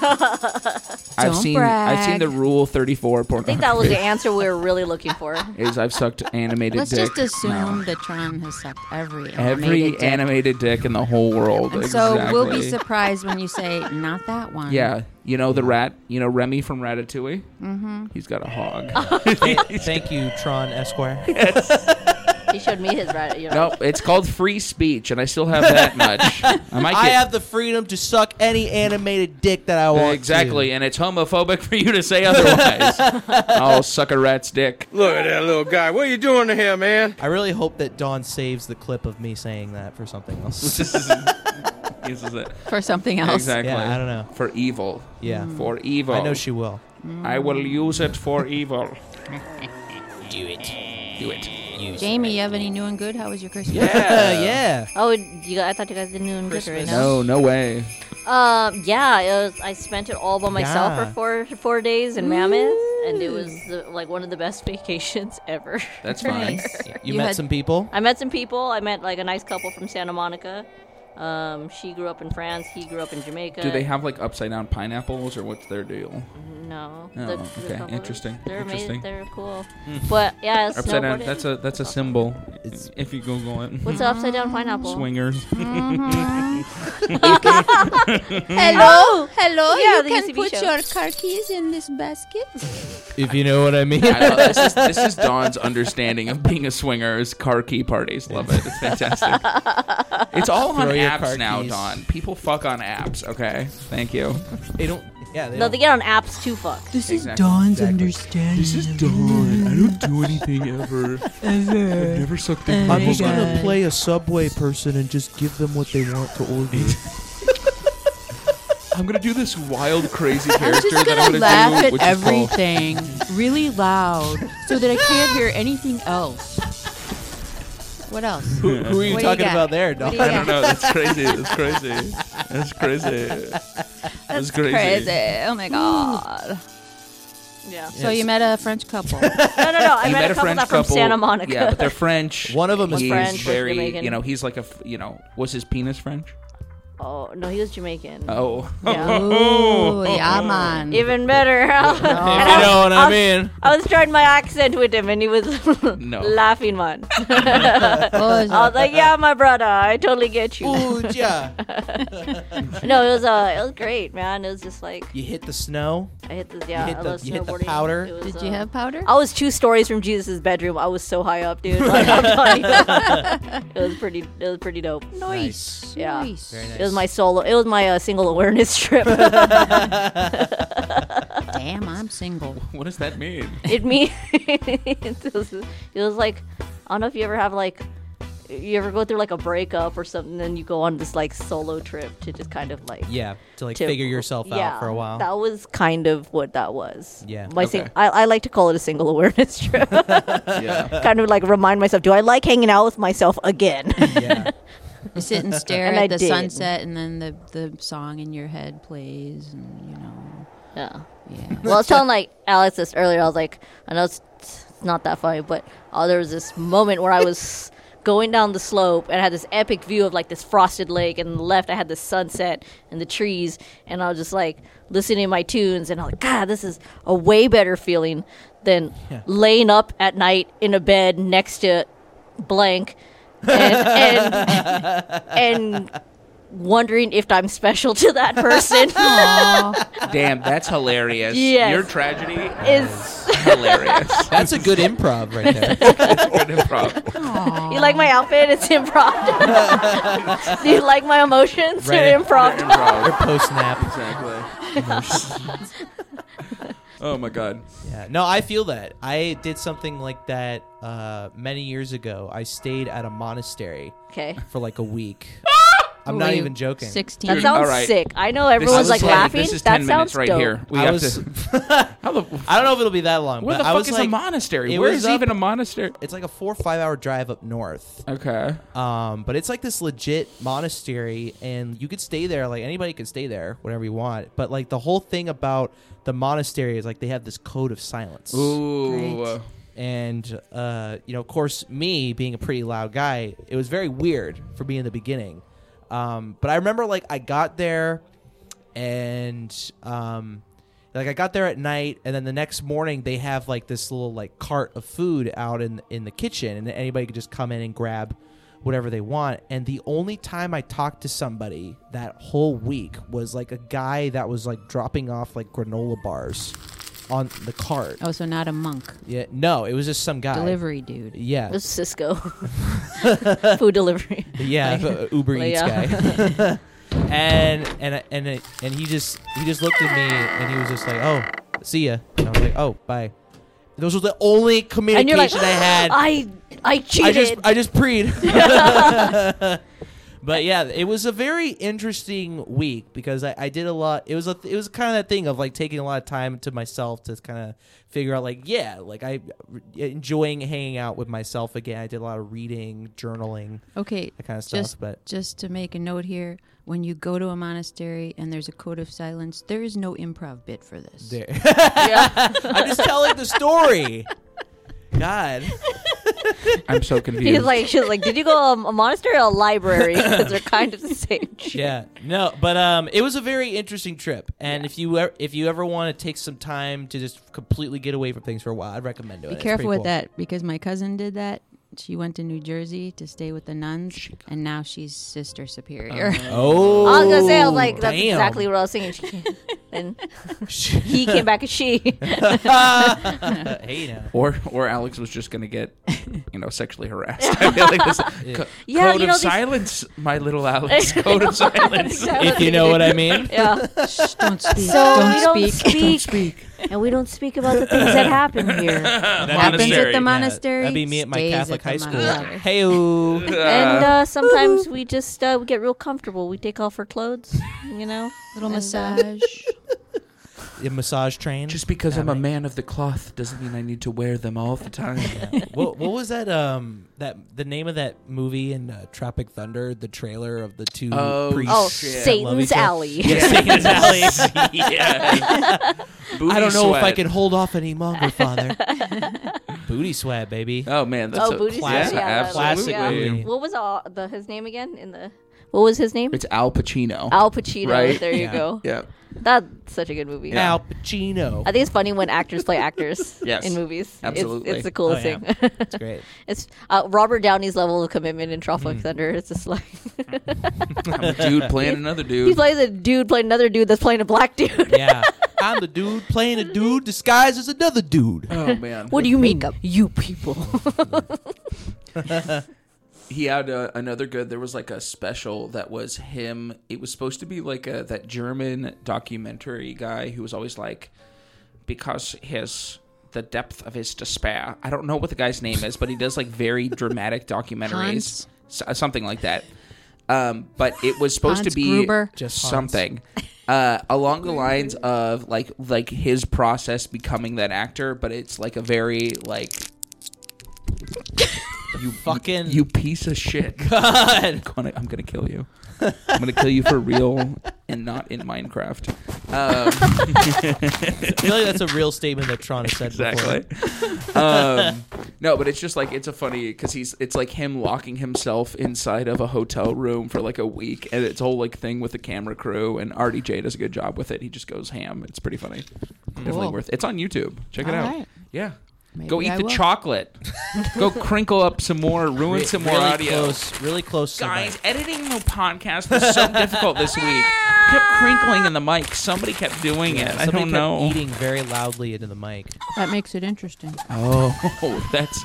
A: I've
B: Don't
A: seen. I've
B: brag.
A: seen the rule thirty four porn.
E: I think that was the answer we were really looking for.
A: is I've sucked animated
B: Let's
A: dick.
B: just assume that Tron has sucked every
A: Every
B: animated dick.
A: animated dick in the whole world.
B: And so we'll be
A: exactly.
B: surprised when you say not that one.
A: Yeah, you know the rat. You know Remy from Ratatouille. Mm-hmm. He's got a hog.
C: Thank you, Tron Esquire.
E: He showed me his right. You know,
A: No, it's called free speech, and I still have that much. I might get,
C: I have the freedom to suck any animated dick that I want.
A: exactly, and it's homophobic for you to say otherwise. oh, suck a rat's dick.
I: Look at that little guy. What are you doing to him, man?
C: to. I really hope that Dawn saves the clip of me saying that for something else.
A: Uses it.
B: for something else.
A: Exactly.
C: Yeah, I don't know.
A: For evil.
C: Yeah.
A: For evil.
C: I know she will.
A: I will use it for evil.
C: Do it.
A: Do it.
B: Jamie, you have any new and good? How was your Christmas?
C: Yeah, Uh, yeah.
E: oh, you, guys- I thought you guys didn't do good right now.
A: No, no way.
E: Um, yeah, it was, I spent it all by myself
C: Yeah.
E: for four four days in Mammoth, and it was the, like one of the best vacations ever.
A: That's fine.
C: You,
B: You
C: met
B: had-
C: some people.
E: I met some people. I met like a nice couple from Santa Monica. Um, she grew up in France. He grew up in Jamaica.
A: Do they have like upside down pineapples or what's their deal?
E: No.
A: Oh,
E: The- the
A: okay.
E: couple-
A: Interesting.
E: They're
A: Interesting. Hmm.
E: amazing. They're cool. But yeah,
A: Upside down.
E: snowboarding.
A: That's a that's a symbol. It's if you Google it.
E: What's an upside down pineapple?
A: Swingers.
B: Hello, hello.
E: Mm. Yeah,
B: you
E: the
B: can
E: UCB
B: put
E: show.
B: your car keys in this basket.
C: If you know what I mean.
A: I love- this, is, this is Dawn's understanding of being a swinger is car key parties. Love it. It's fantastic. It's all on
C: Throw your car
A: apps now,
C: keys.
A: Dawn. People fuck on apps. Okay. Thank you.
C: they don't. Yeah, they
E: No,
C: don't.
E: they get on apps too. Fuck.
A: This is Dawn's
C: I'm just gonna play a subway person and just give them what they want to order.
A: I'm gonna do this wild, crazy
B: I'm
A: character
B: just gonna,
A: that I'm gonna
B: laugh
A: do,
B: at
A: which is called-
B: everything really loud so that I can't hear anything else. What else?
C: who, who are you
B: What do you
C: talking
B: got?
C: about there,
B: What
C: Don?
B: do you
A: I
B: got?
A: don't know. That's crazy. That's crazy. That's crazy. That's, crazy.
B: Crazy. Oh my god.
E: Yeah.
B: So you met a French couple.
E: No, no, no. I
A: You
E: met, a couple that from Santa Monica.
A: Yeah, but they're French.
C: One of 'em is
A: he's
E: French, one's
A: very,
E: Jamaican.
A: you know, he's like a, f- you know, was his penis French?
E: oh no, he was Jamaican.
A: Oh,
E: Yeah.
B: Ooh, yeah, man.
E: Even better.
C: If you know what I mean.
E: I was trying my accent with him, and he was
A: No.
E: laughing man.
B: Was
E: I was like, "Yeah, my brother, I totally get you."
C: Ooh, yeah.
E: No, it was uh, it was great, man. It was just like
C: You hit the snow.
E: I hit this, yeah,
C: hit
E: I
C: the-
E: love
C: you hit the
E: snowboarding.
C: powder?
E: It was,
B: Did you
E: uh,
B: have powder?
E: I was two stories from Jesus' bedroom. I was so high up, dude. Like, I'm telling you. it was pretty. It was pretty dope.
C: Nice.
E: Yeah.
B: Nice.
C: Very nice.
E: It was my solo. It was my uh, single awareness trip.
B: Damn, I'm single.
A: what does that mean?
E: it means it was, it was like I don't know if you ever have like you ever go through like a breakup or something, then you go on this like solo trip to just kind of like
C: Yeah, to like
E: to-
C: figure yourself
E: yeah,
C: out for a while.
E: That was kind of what that was.
C: Yeah.
E: My sing-
A: Okay.
E: I, I like to call it a single awareness trip.
A: Yeah,
E: kind of like remind myself, do I like hanging out with myself again?
C: yeah.
B: You sit and stare
E: And
B: at
E: I
B: the
E: did.
B: sunset, and then the, the song in your head plays, and you know,
E: yeah.
B: yeah.
E: Well, I was telling like Alex this earlier. I was like, I know it's, it's not that funny, but oh, there was this moment where I was going down the slope and I had this epic view of like this frosted lake, and on the left I had the sunset and the trees, and I was just like listening to my tunes, and I was like, God, this is a way better feeling than laying up at night in a bed next to blank and and, and wondering if I'm special to that person.
A: damn, that's hilarious.
E: Yes.
A: Your tragedy
E: is
A: is hilarious.
C: That's a good improv right there.
A: Good improv.
E: You like my outfit? It's improv. Do you like my emotions?
C: Right.
E: They're improv.
A: improv.
C: Post nap.
A: Exactly. oh my god.
C: Yeah. No, I feel that. I did something like that uh, many years ago. I stayed at a monastery
E: Okay.
C: for like a week. I'm
B: Were
C: not
B: you
C: even joking.
B: Sixteen.
E: That sounds
A: all right.
E: sick. I know everyone's
A: is
E: like
A: ten-
E: laughing.
A: This is
E: that
A: ten minutes
E: sounds
A: right
E: dope.
A: here. We
C: I
A: have
C: was.
A: to. How the, where
C: I don't know if it'll be that long.
A: the
C: but I
A: fuck
C: was
A: is
C: like,
A: a monastery?
C: it
A: Where
C: was
A: is
C: up-
A: even a monastery?
C: It's like a four five hour drive up north.
A: Okay.
C: Um, but it's like this legit monastery, and you could stay there. Like anybody could stay there, whatever you want. But like the whole thing about the monastery is like they have this code of silence.
A: Ooh.
C: uh,
B: Great.
C: and uh, you know, of course, me being a pretty loud guy, it was very weird for me in the beginning. Um, but I remember like I got there, and um, like I got there at night, and then the next morning they have like this little like cart of food out in in the kitchen, and anybody could just come in and grab whatever they want. And the only time I talked to somebody that whole week was like a guy that was like dropping off like granola bars on the cart.
B: Oh, so not a monk.
C: Yeah, no, it was just some guy.
B: Delivery dude.
C: Yeah,
E: This is Cisco. Food delivery.
C: yeah, the Uber
E: like,
C: Eats
E: yeah.
C: guy. and and I- and I- and he just he just looked at me and he was just like, "Oh, see ya." And I was like, "Oh, bye." Those was the only communication
E: And you're like,
C: I had.
E: I, I cheated.
C: I just I just preed. but yeah, it was a very interesting week because I, I did a lot. It was a it was kind of that thing of like taking a lot of time to myself to kind of figure out like yeah, like I uh, enjoying hanging out with myself again. I did a lot of reading, journaling.
B: Okay.
C: That kinda stuff,
B: just,
C: but-
B: just to make a note here, when you go to a monastery and there's a code of silence, there is no improv bit for this.
C: There. I'm just telling the story. God,
A: I'm so confused.
E: He's like, she's like, did you go um, a monastery or a library? Because they're kind of the same.
C: yeah, no, but um, it was a very interesting trip. And if you ever, if you ever want to take some time to just completely get away from things for a while, I'd recommend
B: Be
C: doing it. It's
B: careful
C: pretty
B: with
C: cool.
B: that because my cousin did that. She went to New Jersey to stay with the nuns, and now she's Sister Superior.
C: Oh,
E: I was gonna say, I was like, that's
C: damn.
E: exactly what I was thinking. She came- Then he came back and she.
C: hey, now.
A: or or Alex was just gonna get, you know, sexually harassed. I feel like this co-
E: Yeah,
A: code
E: you know,
A: of
E: these-
A: silence, my little Alex. Code of silence.
C: if you know what I mean.
E: yeah.
B: Shh, don't speak.
H: So
B: don't
H: Oh, we
B: speak.
H: don't speak, and we don't speak about the things that happen here.
B: Happens at the
C: Yeah,
B: monastery.
C: that'd be me at my
B: stays
C: Catholic
B: the
C: high school.
B: monastery.
C: Hey, ooh.
E: and uh, sometimes we just uh, we get real comfortable. We take off our clothes, you know.
B: Little massage.
C: A massage train.
A: Just because I'm a man of the cloth doesn't mean I need to wear them all the time.
C: what, what was that? Um, that the name of that movie in uh, Tropic Thunder, the trailer of the two
A: Oh,
C: priests.
E: Oh,
A: shit.
C: Love each
E: Satan's
C: other.
E: Alley.
C: Yeah, Satan's Alley. I
A: Booty
C: don't know if I
A: sweat.
C: can hold off any longer, Father. Booty sweat, baby.
A: Oh man, that's
E: Oh,
A: a
E: booty
A: class.
E: classic,
A: Yeah,
E: yeah, that's-
A: absolutely.
E: yeah.
C: Absolutely.
E: What was all the his name again in the? What was his name?
A: It's Al Pacino.
E: Al Pacino.
A: Right?
E: There you
C: Yeah.
E: go.
A: yeah.
E: That's such a good movie.
C: Al Pacino.
E: I think it's funny when actors play actors
A: Yes.
E: in movies. It's-
A: Absolutely.
E: It's, the coolest
C: Oh, yeah.
E: thing.
C: That's great.
E: it's uh, Robert Downey's level of commitment in Tropic
C: Mm.
E: Thunder. It's just like
A: I'm a dude playing another
E: he
A: dude.
E: plays a dude playing another dude that's playing a black dude.
C: Yeah, I'm the dude playing a dude disguised as another dude.
A: oh man.
E: what do you mean, you people?
A: he had uh, another good there was like a special that was him it was supposed to be like a that german documentary guy who was always like because his the depth of his despair i don't know what the guy's name is but he does like very dramatic documentaries
B: Hans?
A: S- uh, something like that um, but it was supposed
B: Hans
A: to be
B: Gruber?
C: Just Hans.
A: something uh, along the lines of like like his process becoming that actor but it's like a very like
C: You fucking
A: you piece of shit
C: God.
A: gonna- I'm gonna kill you. I'm gonna kill you for real and not in Minecraft. Um,
C: I feel like that's a real statement that Tron has said before.
A: um, no, but it's just like it's a funny because he's it's like him locking himself inside of a hotel room for like a week, and it's whole like thing with the camera crew. And RDJ does a good job with it. He just goes ham. It's pretty funny. Definitely
B: Cool.
A: worth. It's on YouTube. Check it
B: All
A: out.
B: right.
A: Yeah.
B: Maybe
A: Go eat
B: I
A: the
B: will.
A: chocolate. Go crinkle up some more. Ruin some more
C: really
A: audio.
C: close, really close. to
A: Guys,
C: that.
A: editing the podcast was so difficult this week. Kept crinkling in the mic. Somebody kept doing it. I
C: Somebody
A: don't
C: kept
A: know.
C: Eating very loudly into the mic.
B: That makes it interesting.
A: Oh, that's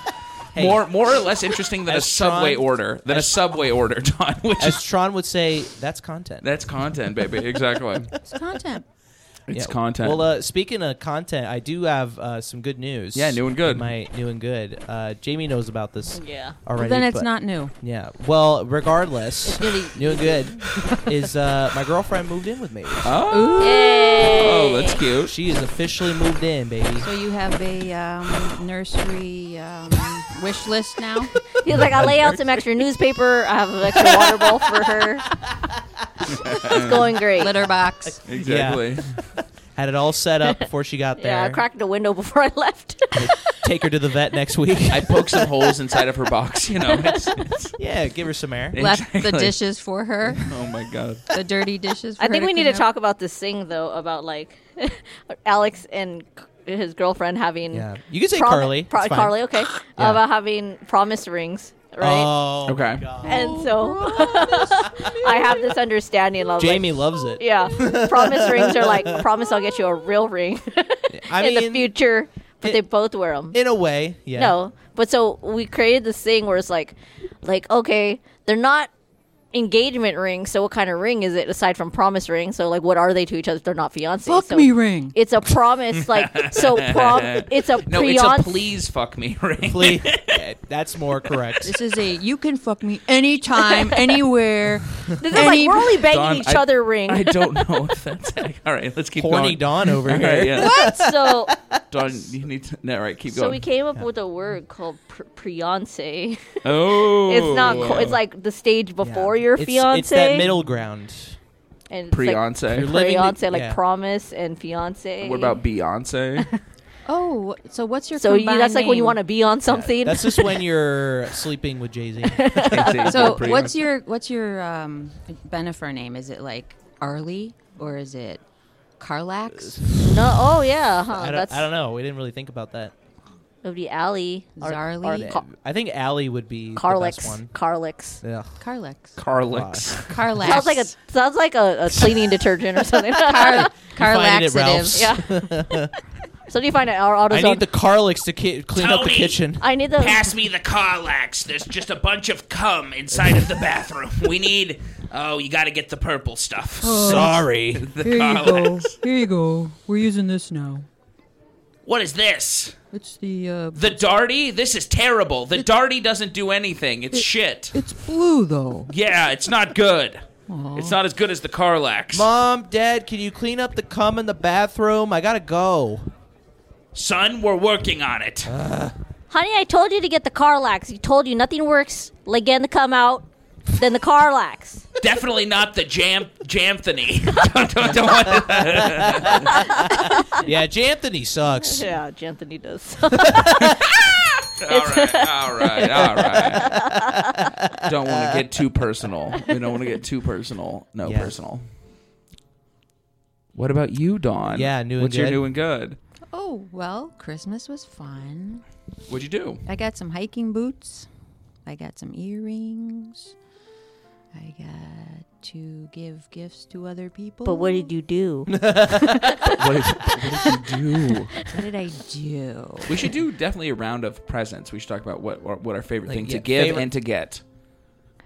A: more more or less interesting than a
C: as Tron-
A: subway order than a subway order, Don. Which
C: As
A: is
C: Tron would say, that's content.
A: that's content, baby. Exactly.
B: It's content.
A: It's
C: Yeah.
A: content.
C: Well, uh, speaking of content, I do have uh, some good news.
A: Yeah, new and good.
C: My new and good. Uh, Jamie knows about this
E: yeah.
C: already.
B: But then it's
C: but-
B: not new.
C: Yeah. Well, regardless,
E: Really-
C: new and good is uh, my girlfriend moved in with me.
A: oh, oh, that's cute.
C: She is officially moved in, baby.
B: So you have a um, nursery um, wish list now?
E: He's like, I lay out some extra newspaper. I have an extra water bowl for her. it's going great.
B: Litter box.
A: Exactly.
C: Had it all set up before she got there.
E: Yeah, I cracked a window before I left.
C: Take her to the vet next week.
A: I poke some holes inside of her box. You know. It's, it's,
C: yeah, give her some air.
B: Left the
A: exactly.
B: dishes for her.
A: Oh my god.
B: The dirty dishes. For
E: I
B: her
E: think we need
B: clean
E: to
B: up.
E: talk about this thing though about like Alex and c- his girlfriend having
C: Yeah. You can say
E: prom-
C: Carly.
E: pro-
C: It's fine.
E: Carly, okay,
C: Yeah.
E: about having promise rings, right?
C: Oh.
A: Okay.
E: and so I have this understanding of like,
C: Jamie loves it.
E: yeah, promise rings are like promise I'll get you a real ring.
C: I
E: in the
C: mean,
E: future, but
C: it-
E: they both wear them.
C: in a way, yeah.
E: No, but so we created this thing where it's like, like okay, they're not engagement rings. So what kind of ring is it aside from promise ring? So like, what are they to each other? if They're not fiancés.
B: Fuck
E: so
B: me ring.
E: It's a promise. Like so, prom. It's a
A: No, it's a
E: preon-
A: please fuck me ring.
C: Please, yeah, that's more correct.
B: This is a you can fuck me anytime, anywhere.
E: This is like
B: Any-
E: we're only banging
A: Dawn,
E: each
A: I-
E: other ring.
A: I don't know if that's all right. Let's keep
C: Horny
A: going.
C: Dawn over
A: All
C: here.
A: right, yeah.
E: so
A: Dawn, you need to. No, all right, keep
E: so
A: going.
E: we came up with a word called pr- preonce.
A: oh,
E: it's not. co- It's like the stage
C: Yeah.
E: before your
C: It's-
E: fiance.
C: It's that middle ground.
E: and it's like
A: Beyonce.
C: You're living the-
E: Preonce, like
C: yeah.
E: promise and fiance.
A: what about Beyonce?
B: Oh, so what's your
E: So you,
B: combined
E: that's like when you
B: name?
E: want to be on something.
C: That's just when you're sleeping with Jay Z.
B: So what's your what's your um, Benifer name? Is it like Arlie or is it Carlax?
E: no, oh yeah, huh,
C: I, don't,
E: that's
C: I don't know. We didn't really think about that.
E: it would be Allie, Or-
B: Zarly?
E: or Ca-
C: I think Allie would be the best
E: Carlix,
C: one.
E: Carlix.
C: Yeah.
B: Carlax.
A: Carlix.
B: Carlax.
E: Sounds like a sounds like a, a cleaning detergent or something.
B: Car-
C: find it at Ralph's.
B: Carlaxative.
E: yeah. so do you find it? Our
C: I
E: AutoZone.
C: need the Carlix to ki- clean up the
I: Tony.
C: kitchen.
E: I need the.
I: Pass me the Carlax. There's just a bunch of cum inside of the bathroom. We need. Oh, you got to get the purple stuff.
C: Sorry.
I: the Carlax.
B: Here you go. We're using this now.
I: What is this?
B: It's the uh,
I: The Darty? This is terrible. The Darty doesn't do anything. It's shit.
B: it's blue though.
I: Yeah, it's not good. It's not as good as the Carlax.
C: Mom, Dad, can you clean up the cum in the bathroom? I gotta go.
I: Son, we're working on it.
E: Honey, I told you to get the Carlax. You told you nothing works like getting the come out, then the Carlax.
I: Definitely not the jam Jamthony. don't, don't, don't want it.
C: Yeah, Anthony sucks.
E: yeah, Anthony does.
A: all right, all right, all right. Don't want to get too personal. We don't want to get too personal. No
C: Yeah.
A: personal. What about you, Dawn?
C: Yeah, new and
A: What's your
C: good.
A: new and good?
B: Oh well, Christmas was fun.
A: What'd you do?
B: I got some hiking boots. I got some earrings. I got to give gifts to other people.
E: but what did you do?
A: What did, what did you do?
B: What did I do?
A: We should do definitely a round of presents. We should talk about what what our favorite
C: Like,
A: thing
C: yeah,
A: to give
C: favorite-
A: and to get.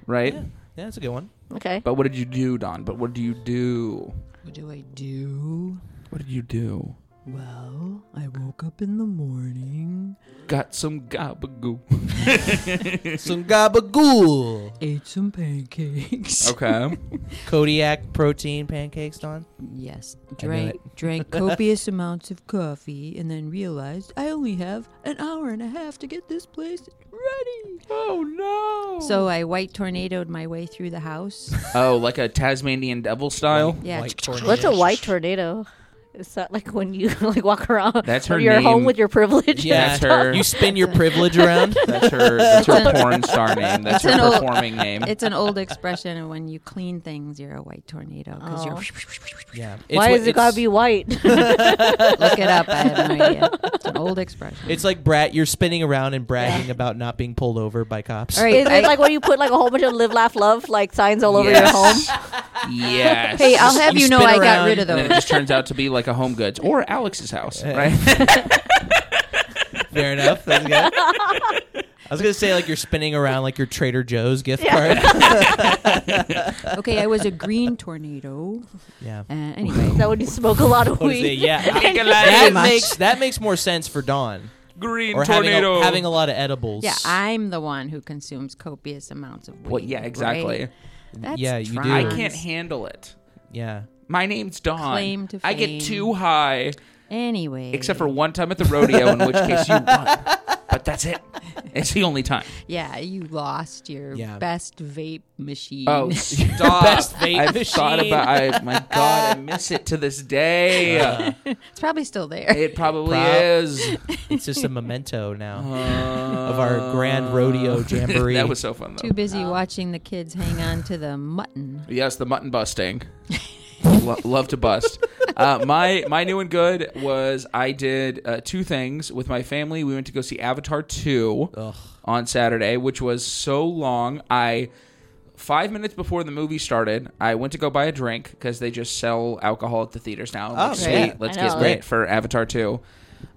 A: Right?
C: Yeah, that's a good one.
E: Okay.
A: But what did you do, Don? But what do you do?
B: What do I do?
A: What did you do?
B: Well, I woke up in the morning,
A: Got some gabagoo.
C: Some gabagool.
B: ate some pancakes.
A: Okay.
C: Kodiak protein pancakes, Don.
B: Yes,
C: knew
B: drank drank copious amounts of coffee, and then realized I only have an hour and a half to get this place ready.
A: oh no.
B: So I white tornadoed my way through the house.
A: Oh, like a Tasmanian devil style?
B: Yeah,
C: White tornado.
E: What's a white tornado? Is that like when you like walk around?
A: That's
E: when
A: her
E: You're home
A: name.
E: with your privilege.
C: Yeah,
A: That's her.
C: You spin your privilege around.
A: That's her that's her
B: It's an-
A: porn star name. That's
B: it's an
A: her
B: old-
A: performing name.
B: it's an old expression and when you clean things you're a white tornado because you're
C: Yeah. It's
E: Why
C: what-
E: is it gotta
C: it's-
E: be white?
B: look it up i have no idea it's an old expression
C: It's like brat. You're spinning around and bragging about not being pulled over by cops.
B: all right
E: is
B: I,
E: it like when you put like a whole bunch of live, laugh, love like signs all over your home?
A: home? Yes.
B: hey i'll have
C: you
B: you, know
C: spin
B: i got
C: around
B: rid of
A: and then it
B: those
A: just turns out to be like a home goods or Alex's house, right?
C: Fair enough. That's good. I was gonna say like you're spinning around like your Trader Joe's gift card.
B: okay i was a green tornado
C: yeah.
B: uh, anyway
E: That when you smoke a lot of
C: What is
E: weed.
C: it? Yeah.
B: Pretty
C: that
B: much.
C: makes that makes more sense for Dawn.
A: Green
C: Or having a, having a lot of edibles.
B: yeah i'm the one who consumes copious amounts of weed
A: well, yeah, exactly.
B: right? That's
C: Yeah, you do.
A: I
B: trans.
A: can't handle it.
C: Yeah.
A: My name's Don.
B: Claim to
A: I get
B: fame.
A: too high,
B: anyway
A: except for one time at the rodeo, in which case you won. But that's it. It's the only time.
B: yeah you lost your
C: Yeah.
B: best vape machine
A: Oh, stop!
C: Best vape
A: I thought
C: machine.
A: about. I my God, I miss it to this day.
B: it's probably still there
A: it probably
C: Prob-
A: is
C: It's just a memento now of our grand rodeo jamboree.
A: that was so fun though.
B: Too busy watching the kids hang on to the mutton.
A: Yes, the mutton busting. Lo- love to bust. Uh, my my new and good was I did uh, two things with my family. We went to go see Avatar two on Saturday, which was so long. I five minutes before the movie started, I went to go buy a drink because they just sell alcohol at the theaters now. I'm
C: Oh,
A: like,
C: yeah.
A: sweet, let's
E: I
A: get
E: know.
A: lit for Avatar Two.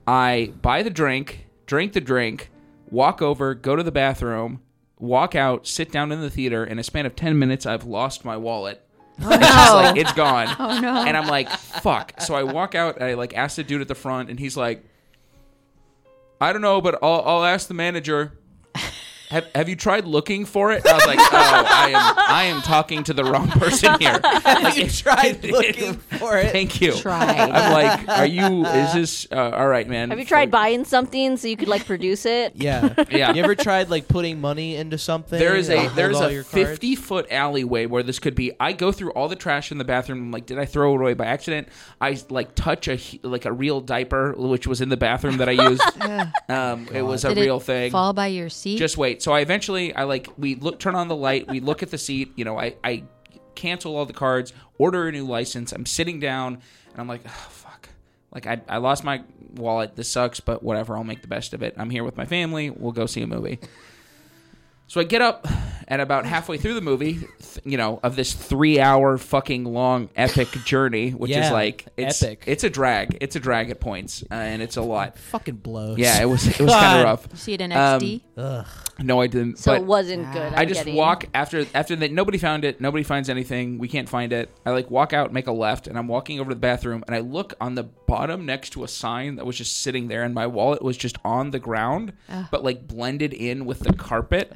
A: I buy the drink, drink the drink, walk over, go to the bathroom, walk out, sit down in the theater. In a span of ten minutes, I've lost my wallet. It's just like it's gone. Oh
B: no.
A: And I'm like, fuck. So I walk out. And I like ask the dude at the front, and he's like, I don't know, but I'll, I'll ask the manager. Have, have you tried looking for it? And I was like, oh, I am I am talking to the wrong person here. Like,
C: you tried looking for it.
A: Thank you.
B: Tried.
A: I'm like, are you? Is this uh, all right, man?
E: Have you tried buying something so you could like produce it?
C: Yeah.
A: Yeah.
C: You ever tried like putting money into something?
A: There is a
C: and hold
A: there's
C: all
A: a
C: your cards?
A: fifty foot alleyway where this could be. I go through all the trash in the bathroom. I'm like, did I throw it away by accident? I like touch a he- like a real diaper which was in the bathroom that I used. um, it was a
B: Did
A: real
B: it
A: thing.
B: Fall by your seat.
A: just wait. So I eventually I like we look turn on the light, we look at the seat, you know, I I cancel all the cards, order a new license. I'm sitting down and I'm like, oh, fuck. Like I I lost my wallet. This sucks, but whatever. I'll make the best of it. I'm here with my family. We'll go see a movie. So I get up and about halfway through the movie, th- you know, of this 3-hour fucking long epic journey, which is
C: Yeah,
A: like it's
C: epic.
A: it's a drag. It's a drag at points, uh, and it's a lot.
C: fucking blows.
A: Yeah, it was it was kind
C: God.
A: of rough.
B: You see it in
A: Um,
B: XD.
A: No, I didn't.
E: So
A: but
E: it wasn't good. I'm
A: I just
E: getting.
A: walk after after that. Nobody found it. Nobody finds anything. We can't find it. I like walk out, make a left, and I'm walking over to the bathroom, and I look on the bottom next to a sign that was just sitting there, and my wallet was just on the ground, but like blended in with the carpet.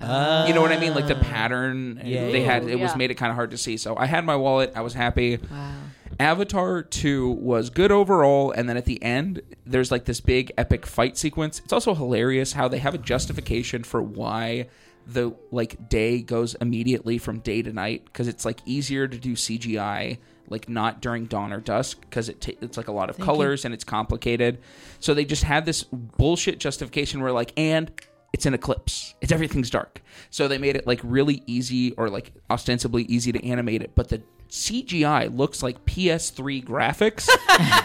A: you know what I mean? Like the pattern
C: Ah. Yeah,
A: they
C: yeah.
A: had. It was
E: Yeah.
A: made it kind of hard to see. So I had my wallet. I was happy.
B: wow.
A: Avatar 2 was good overall, and then at the end, there's like this big epic fight sequence. It's also hilarious how they have a justification for why the like day goes immediately from day to night because it's like easier to do CGI like not during dawn or dusk because it ta it's like a lot of colors and it's complicated. So they just had this bullshit justification where like and it's an eclipse. It's everything's dark. So they made it like really easy or like ostensibly easy to animate it, but the CGI looks like PS3 graphics.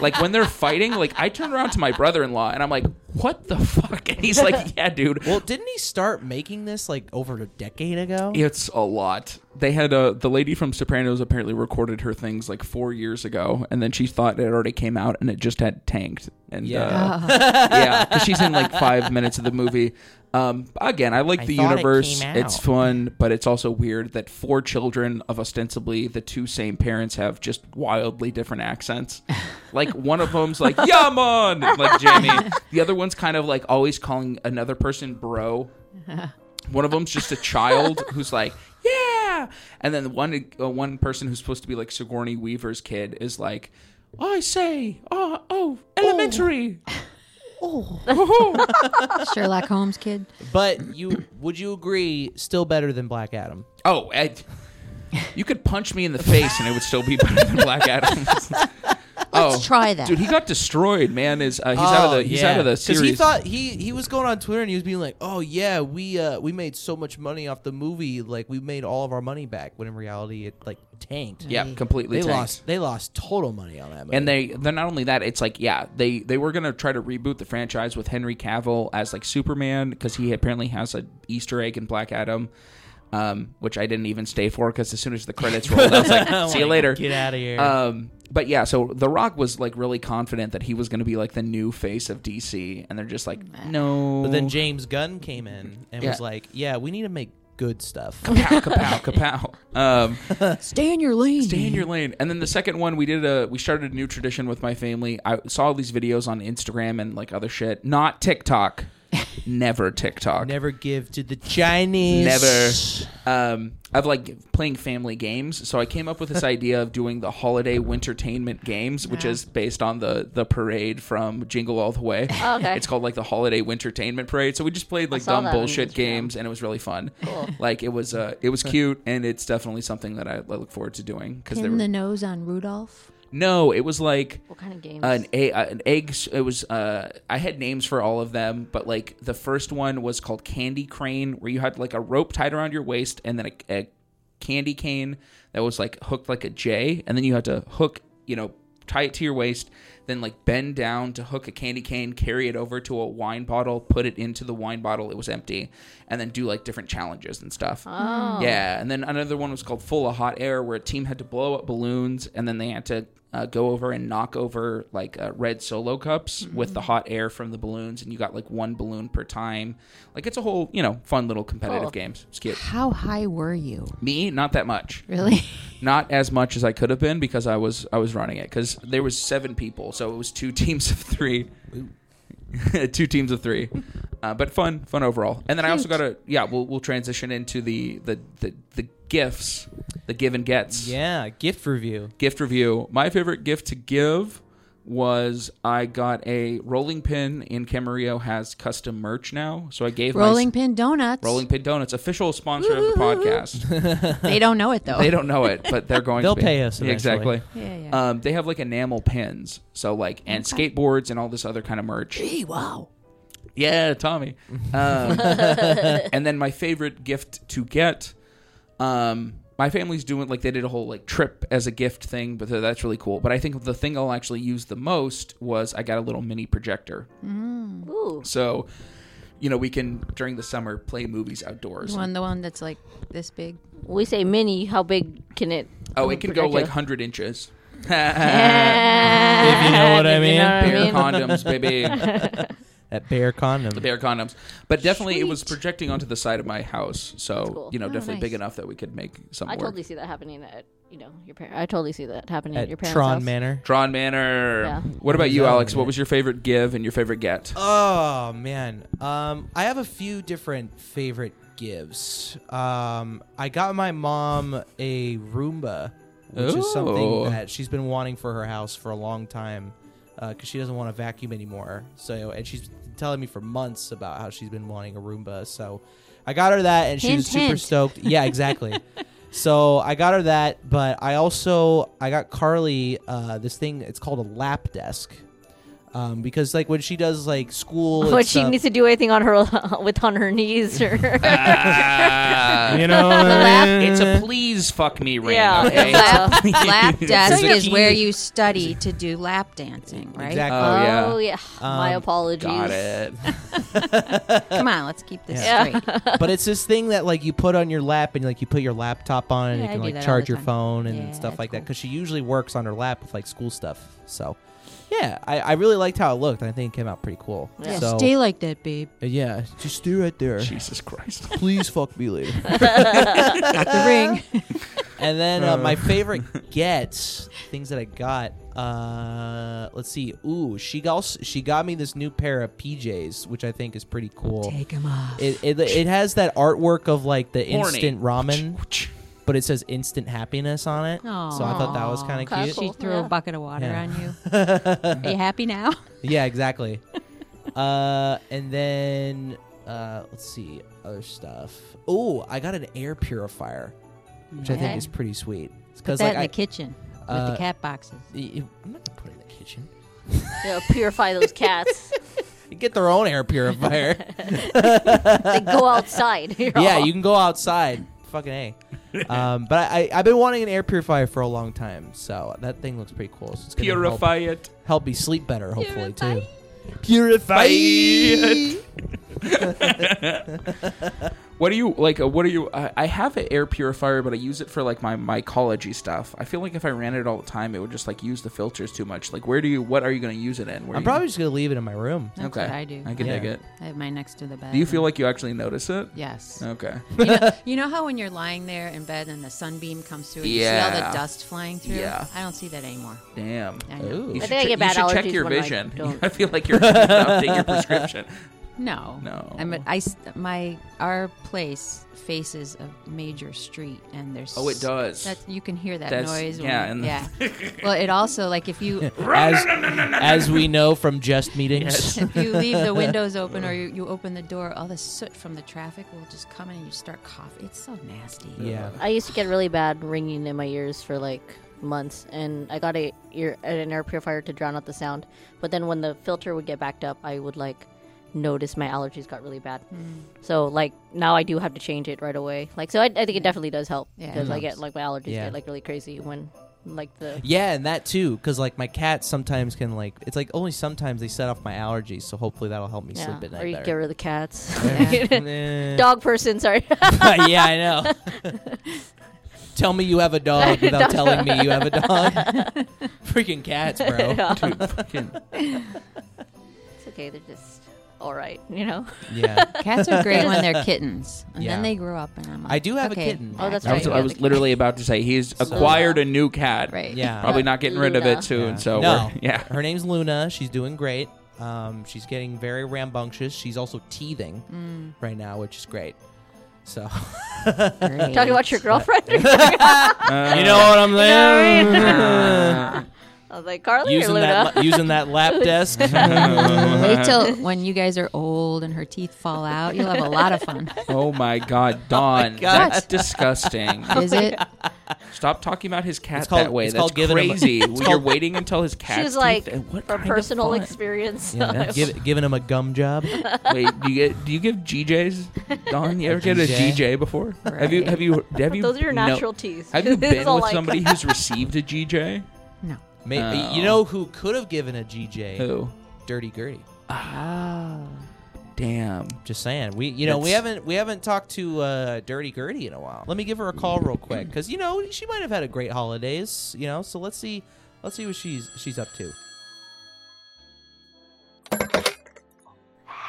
A: like when they're fighting, like I turned around to my brother-in-law and I'm like, "What the fuck?" And he's like, "Yeah, dude.
C: Well, didn't he start making this like over a decade ago?
A: It's a lot. They had uh, the lady from Sopranos apparently recorded her things like four years ago, and then she thought it already came out, and it just had tanked. And yeah,
C: Yeah.
A: uh, yeah, 'cause she's in like five minutes of the movie. Um, again, I like
C: I
A: the
C: thought it
A: universe.
C: came
A: It's
C: out.
A: fun, but it's also weird that four children of ostensibly the two same parents have just wildly different accents. like one of them's like "Yeah, man," like Jamie. The other one's kind of like always calling another person "bro." One of them's just a child who's like, yeah, and then one uh, one person who's supposed to be like Sigourney Weaver's kid is like, I say, oh, oh, elementary.
B: Sherlock Holmes kid.
C: But you would you agree still better than Black Adam?
A: Oh, I, you could punch me in the face and it would still be better than Black Adam. oh,
B: Try that.
A: dude, he got destroyed, man. Is uh, he's out of
C: Oh,
A: the he's out of the series?
C: he thought he he was going on Twitter and he was being like, "Oh yeah, we uh we made so much money off the movie, like we made all of our money back." When in reality, it like tanked.
A: yeah, completely
C: they
A: tanked.
C: lost they lost total money on that movie.
A: And they then not only that, it's like yeah, they they were gonna try to reboot the franchise with Henry Cavill as like Superman because he apparently has an Easter egg in Black Adam, um, which I didn't even stay for because as soon as the credits rolled, I was like, see you later.
C: get out of here.
A: Um, but yeah, so The Rock was like really confident that he was gonna be like the new face of DC, and they're just like, no.
C: but then James Gunn came in and was
A: Yeah.
C: like, "Yeah, we need to make good stuff."
A: kapow, kapow, kapow. Um,
B: Stay in your lane.
A: Stay in your lane. And then the second one, we did a we started a new tradition with my family. I saw all these videos on Instagram and like other shit. Not TikTok. Never TikTok.
C: Never give to the Chinese.
A: Never. Um, I've like playing family games, so I came up with this idea of doing the holiday wintertainment games, which is based on the the parade from Jingle All the Way.
E: Oh, okay.
A: It's called like the holiday wintertainment parade. So we just played like
E: saw
A: dumb
E: that on
A: bullshit
E: Instagram.
A: games, and it was really fun. Cool. Like it was uh, it was cute, and it's definitely something that I, I look forward to doing because they
B: Pin
A: were
B: the nose on Rudolph.
A: no, it was like
E: What kind of games?
A: an egg. An egg. s- It was. Uh, I had names for all of them, but like the first one was called Candy Crane, where you had like a rope tied around your waist and then a, a candy cane that was like hooked like a J, and then you had to hook, you know, tie it to your waist, then like bend down to hook a candy cane, carry it over to a wine bottle, put it into the wine bottle. It was empty, and then do like different challenges and stuff. Oh. Yeah, and then another one was called Full of Hot Air, where a team had to blow up balloons, and then they had to uh, go over and knock over like uh, red solo cups with the hot air from the balloons, and you got like one balloon per time. Like it's a whole, you know, fun little competitive games. It's cute.
B: How high were you?
A: Me, not that much
B: Really?
A: not as much as I could have been because I was I was running it because there was seven people, so it was two teams of three, two teams of three, uh, but fun fun overall. And then I also got a yeah. We'll we'll transition into the the the, the gifts, the give and gets
C: Yeah, gift review.
A: gift review. My favorite gift to give was I got a rolling pin. And Camarillo has custom merch now, so I gave my-
B: Rolling Pin Donuts.
A: Rolling Pin Donuts, official sponsor of the podcast.
B: They don't know it though.
A: They don't know it, but they're going
C: They'll
A: to be.
C: pay us eventually.
A: Exactly.
B: Yeah, yeah.
A: Um, they have like enamel pins, so like and skateboards and all this other kind of merch. Gee, wow. Yeah, Tommy. Um, and then my favorite gift to get, um, my family's doing like they did a whole like trip as a gift thing, but that's really cool. But I think the thing I'll actually use the most was I got a little mini projector,
E: Ooh.
A: so you know we can during the summer play movies outdoors.
B: The one, the one that's like this big.
E: We say mini. How big can it?
A: Oh, it can go like
E: projector?
A: hundred inches.
C: If you know what I
E: You know
C: mean.
E: what I
A: Bear
E: mean?
A: condoms, baby.
C: That bear condom.
A: the bear condoms. But definitely, it was projecting onto the side of my house, so you know, definitely big enough that we could make some
E: I
A: work.
E: totally see that happening at you know your parent. I totally see that happening at,
C: at
E: your parents'
C: Tron
E: house.
C: Manor.
A: Tron Manor.
E: Yeah.
A: What about you,
C: Yeah,
A: Alex?
C: yeah.
A: What was your favorite give and your favorite get?
C: Oh man, um, I have a few different favorite gives. Um, I got my mom a Roomba, which is something
A: Ooh.
C: that she's been wanting for her house for a long time, because she doesn't want to vacuum anymore. So, and she's been telling me for months about how she's been wanting a Roomba. So, I got her that, and she was
B: Hint,
C: super
B: hint.
C: stoked. Yeah, exactly. so I got her that, but I also I got Carly uh, this thing. It's called a lap desk. Um, because like when she does like school, and
E: But
A: uh,
E: she
C: stuff-
E: needs to do anything on her with on her knees or
C: you know,
A: It's a please fuck me eh? ring.
E: Yeah.
A: Okay?
B: Lap, lap desk
A: So
B: is
A: you-
B: where you study to do lap dancing, right?
C: exactly.
A: Oh yeah.
E: Oh yeah. My
C: Um,
E: apologies.
A: Got it.
B: Come on, let's keep this
C: Yeah.
B: straight.
C: but it's this thing that like you put on your lap and like you put your laptop on and
B: Yeah,
C: you
B: I
C: can
B: do
C: like
B: that all
C: charge
B: the
C: your
B: time.
C: phone and
B: Yeah,
C: stuff
B: it's
C: like that
B: cool.
C: because she usually works on her lap with like school stuff. So yeah, I, I really liked how it looked and I think it came out pretty cool.
E: Yeah.
C: So
B: Stay like that, babe.
C: yeah, just stay right there.
A: Jesus Christ.
C: Please fuck me later.
B: The ring.
C: And then uh, my favorite gets things that I got. Uh, let's see. Ooh, she got she got me this new pair of PJs, which I think is pretty cool. Take them off. It, it, it has that artwork of like the
A: Horny.
C: instant ramen, but it says instant happiness on it. So I thought that was kind
E: Aw.
C: of
E: Cool.
B: She
C: cute.
B: threw
E: Yeah.
B: a bucket of water
C: Yeah.
B: on you. Are you happy now?
C: Yeah, exactly. uh, and then uh, let's see other stuff. Ooh, I got an air purifier, which I think
B: Yeah.
C: is pretty sweet. It's
B: Put
C: because
B: that
C: like
B: in
C: I,
B: the kitchen with
C: uh,
B: the cat boxes.
C: I'm not gonna put it in the kitchen.
E: You know, purify those cats.
C: Get their own air purifier.
E: they go outside.
C: yeah, you can go outside. Fucking a. Um, but I, I, I've been wanting an air purifier for a long time, so that thing looks pretty cool. So it's gonna
A: Purify
C: help,
A: it.
C: help me sleep better, hopefully too. Purify.
A: it. What do you like? Uh, what are you? I I have an air purifier, but I use it for like my mycology stuff. I feel like if I ran it all the time, it would just like use the filters too much. Like, where do you? What are you going to use it in? Where
C: I'm
A: you-
C: probably just gonna leave it in my room.
B: That's
A: okay.
B: what I do.
A: I can
C: Yeah.
A: dig it.
B: I have mine next to the bed.
A: Do you feel like you actually notice it?
B: Yes.
A: Okay.
B: you, know, you know how when you're lying there in bed and the sunbeam comes through and you see all
A: Yeah.
B: the dust flying through?
A: Yeah.
B: I don't see that anymore.
A: Damn.
B: I know.
C: Ooh.
A: You
E: I
A: should,
E: think I
A: che-
E: get bad
A: you should check
E: allergies
A: your
E: when I
A: vision.
E: don't.
A: I feel like you're going to update your prescription.
B: No.
A: No.
B: I'm a, I, s- my our place faces a major street and there's
A: Oh, it does.
B: That you can hear that
A: That's-
B: noise. when-
A: yeah, and-
B: yeah. well, it also like if you
C: As, as we know from just meetings.
B: if you leave the windows open or you, you open the door, all the soot from the traffic will just come in and you start coughing. It's so nasty.
C: Yeah.
E: I used to get really bad ringing in my ears for like months, and I got a ear an air purifier to drown out the sound. But then when the filter would get backed up, I would like notice my allergies got really bad.
B: Mm.
E: So like now I do have to change it right away. Like so I, I think it definitely does help
B: Yeah, it
E: because I get
B: helps.
E: like my allergies
C: Yeah.
E: get like really crazy when like the
C: Yeah, and that too, because like my cats sometimes can like it's like only sometimes they set off my allergies, so hopefully that'll help me
E: yeah,
C: sleep at night.
E: or you
C: better.
E: get rid of the cats.
C: Nah.
E: Dog person, sorry.
C: yeah, I know. Tell me you have a dog without telling me you have a dog. Freaking cats, bro.
E: it's
A: Fucking-
E: okay, they're just all right, you know.
C: Yeah.
B: Cats are great when they're kittens, and
C: Yeah.
B: then they grow up, and I'm like,
C: I do have a
B: okay,
C: kitten.
E: Oh, that's
A: I
E: right.
A: was, I was literally about to say he's acquired a new cat.
B: right.
C: Yeah.
A: Probably not getting rid of it
E: Luna.
A: soon.
C: Yeah.
A: So
C: no,
A: we're, yeah.
C: Her name's Luna. She's doing great. Um, she's getting very rambunctious. She's also teething right now, which is great. So
B: Great.
E: Talking about your girlfriend.
A: Uh,
C: you know what I'm
E: saying? You know
C: saying?
E: I was like Carly
C: using
E: or Luna.
C: that la- using that lap desk.
A: Uh-huh.
B: Wait till when you guys are old and her teeth fall out. You'll have a lot of fun.
A: Oh my God, Don,
C: God.
A: that's disgusting.
B: Is it?
A: Stop talking about his cat
C: It's called-
A: that way.
C: it's
A: That's
C: called giving him a-
A: crazy.
C: it's
A: You're
C: called-
A: waiting until his cat.
E: She's like
A: what
E: from
A: kind of
E: personal
A: fun?
E: experience.
C: yeah, give, giving him a gum job.
A: Wait, do you get do you give GJs? Don, you ever get a
C: GJ?
A: GJ before? Have you
B: Right.
A: have you have you?
E: Those are your
A: no-
E: natural teeth.
A: Have you
E: It's
A: been
E: all
A: with
E: like-
A: somebody who's received a GJ?
B: No.
C: May-
A: Oh.
C: You know who could have given a GJ?
A: Who?
C: Dirty Gertie.
B: Oh.
A: Damn.
C: Just saying, we you know we
A: It's-
C: haven't we haven't talked to uh, Dirty Gertie in a while. Let me give her a call real quick because you know she might have had a great holidays. You know, so let's see let's see what she's she's up to.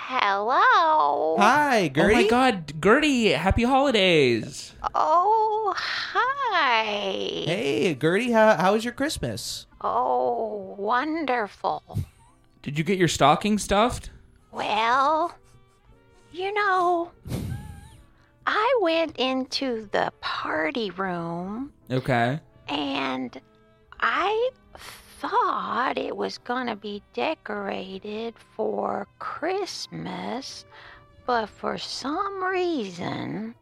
D: Hello.
C: Hi, Gertie.
A: Oh my God, Gertie! Happy holidays.
D: Oh, hi.
C: Hey, Gertie, how how was your Christmas?
D: Oh, wonderful.
A: Did you get your stocking stuffed?
D: Well, you know, I went into the party room
A: Okay.
D: and I thought it was going to be decorated for Christmas, but for some reason,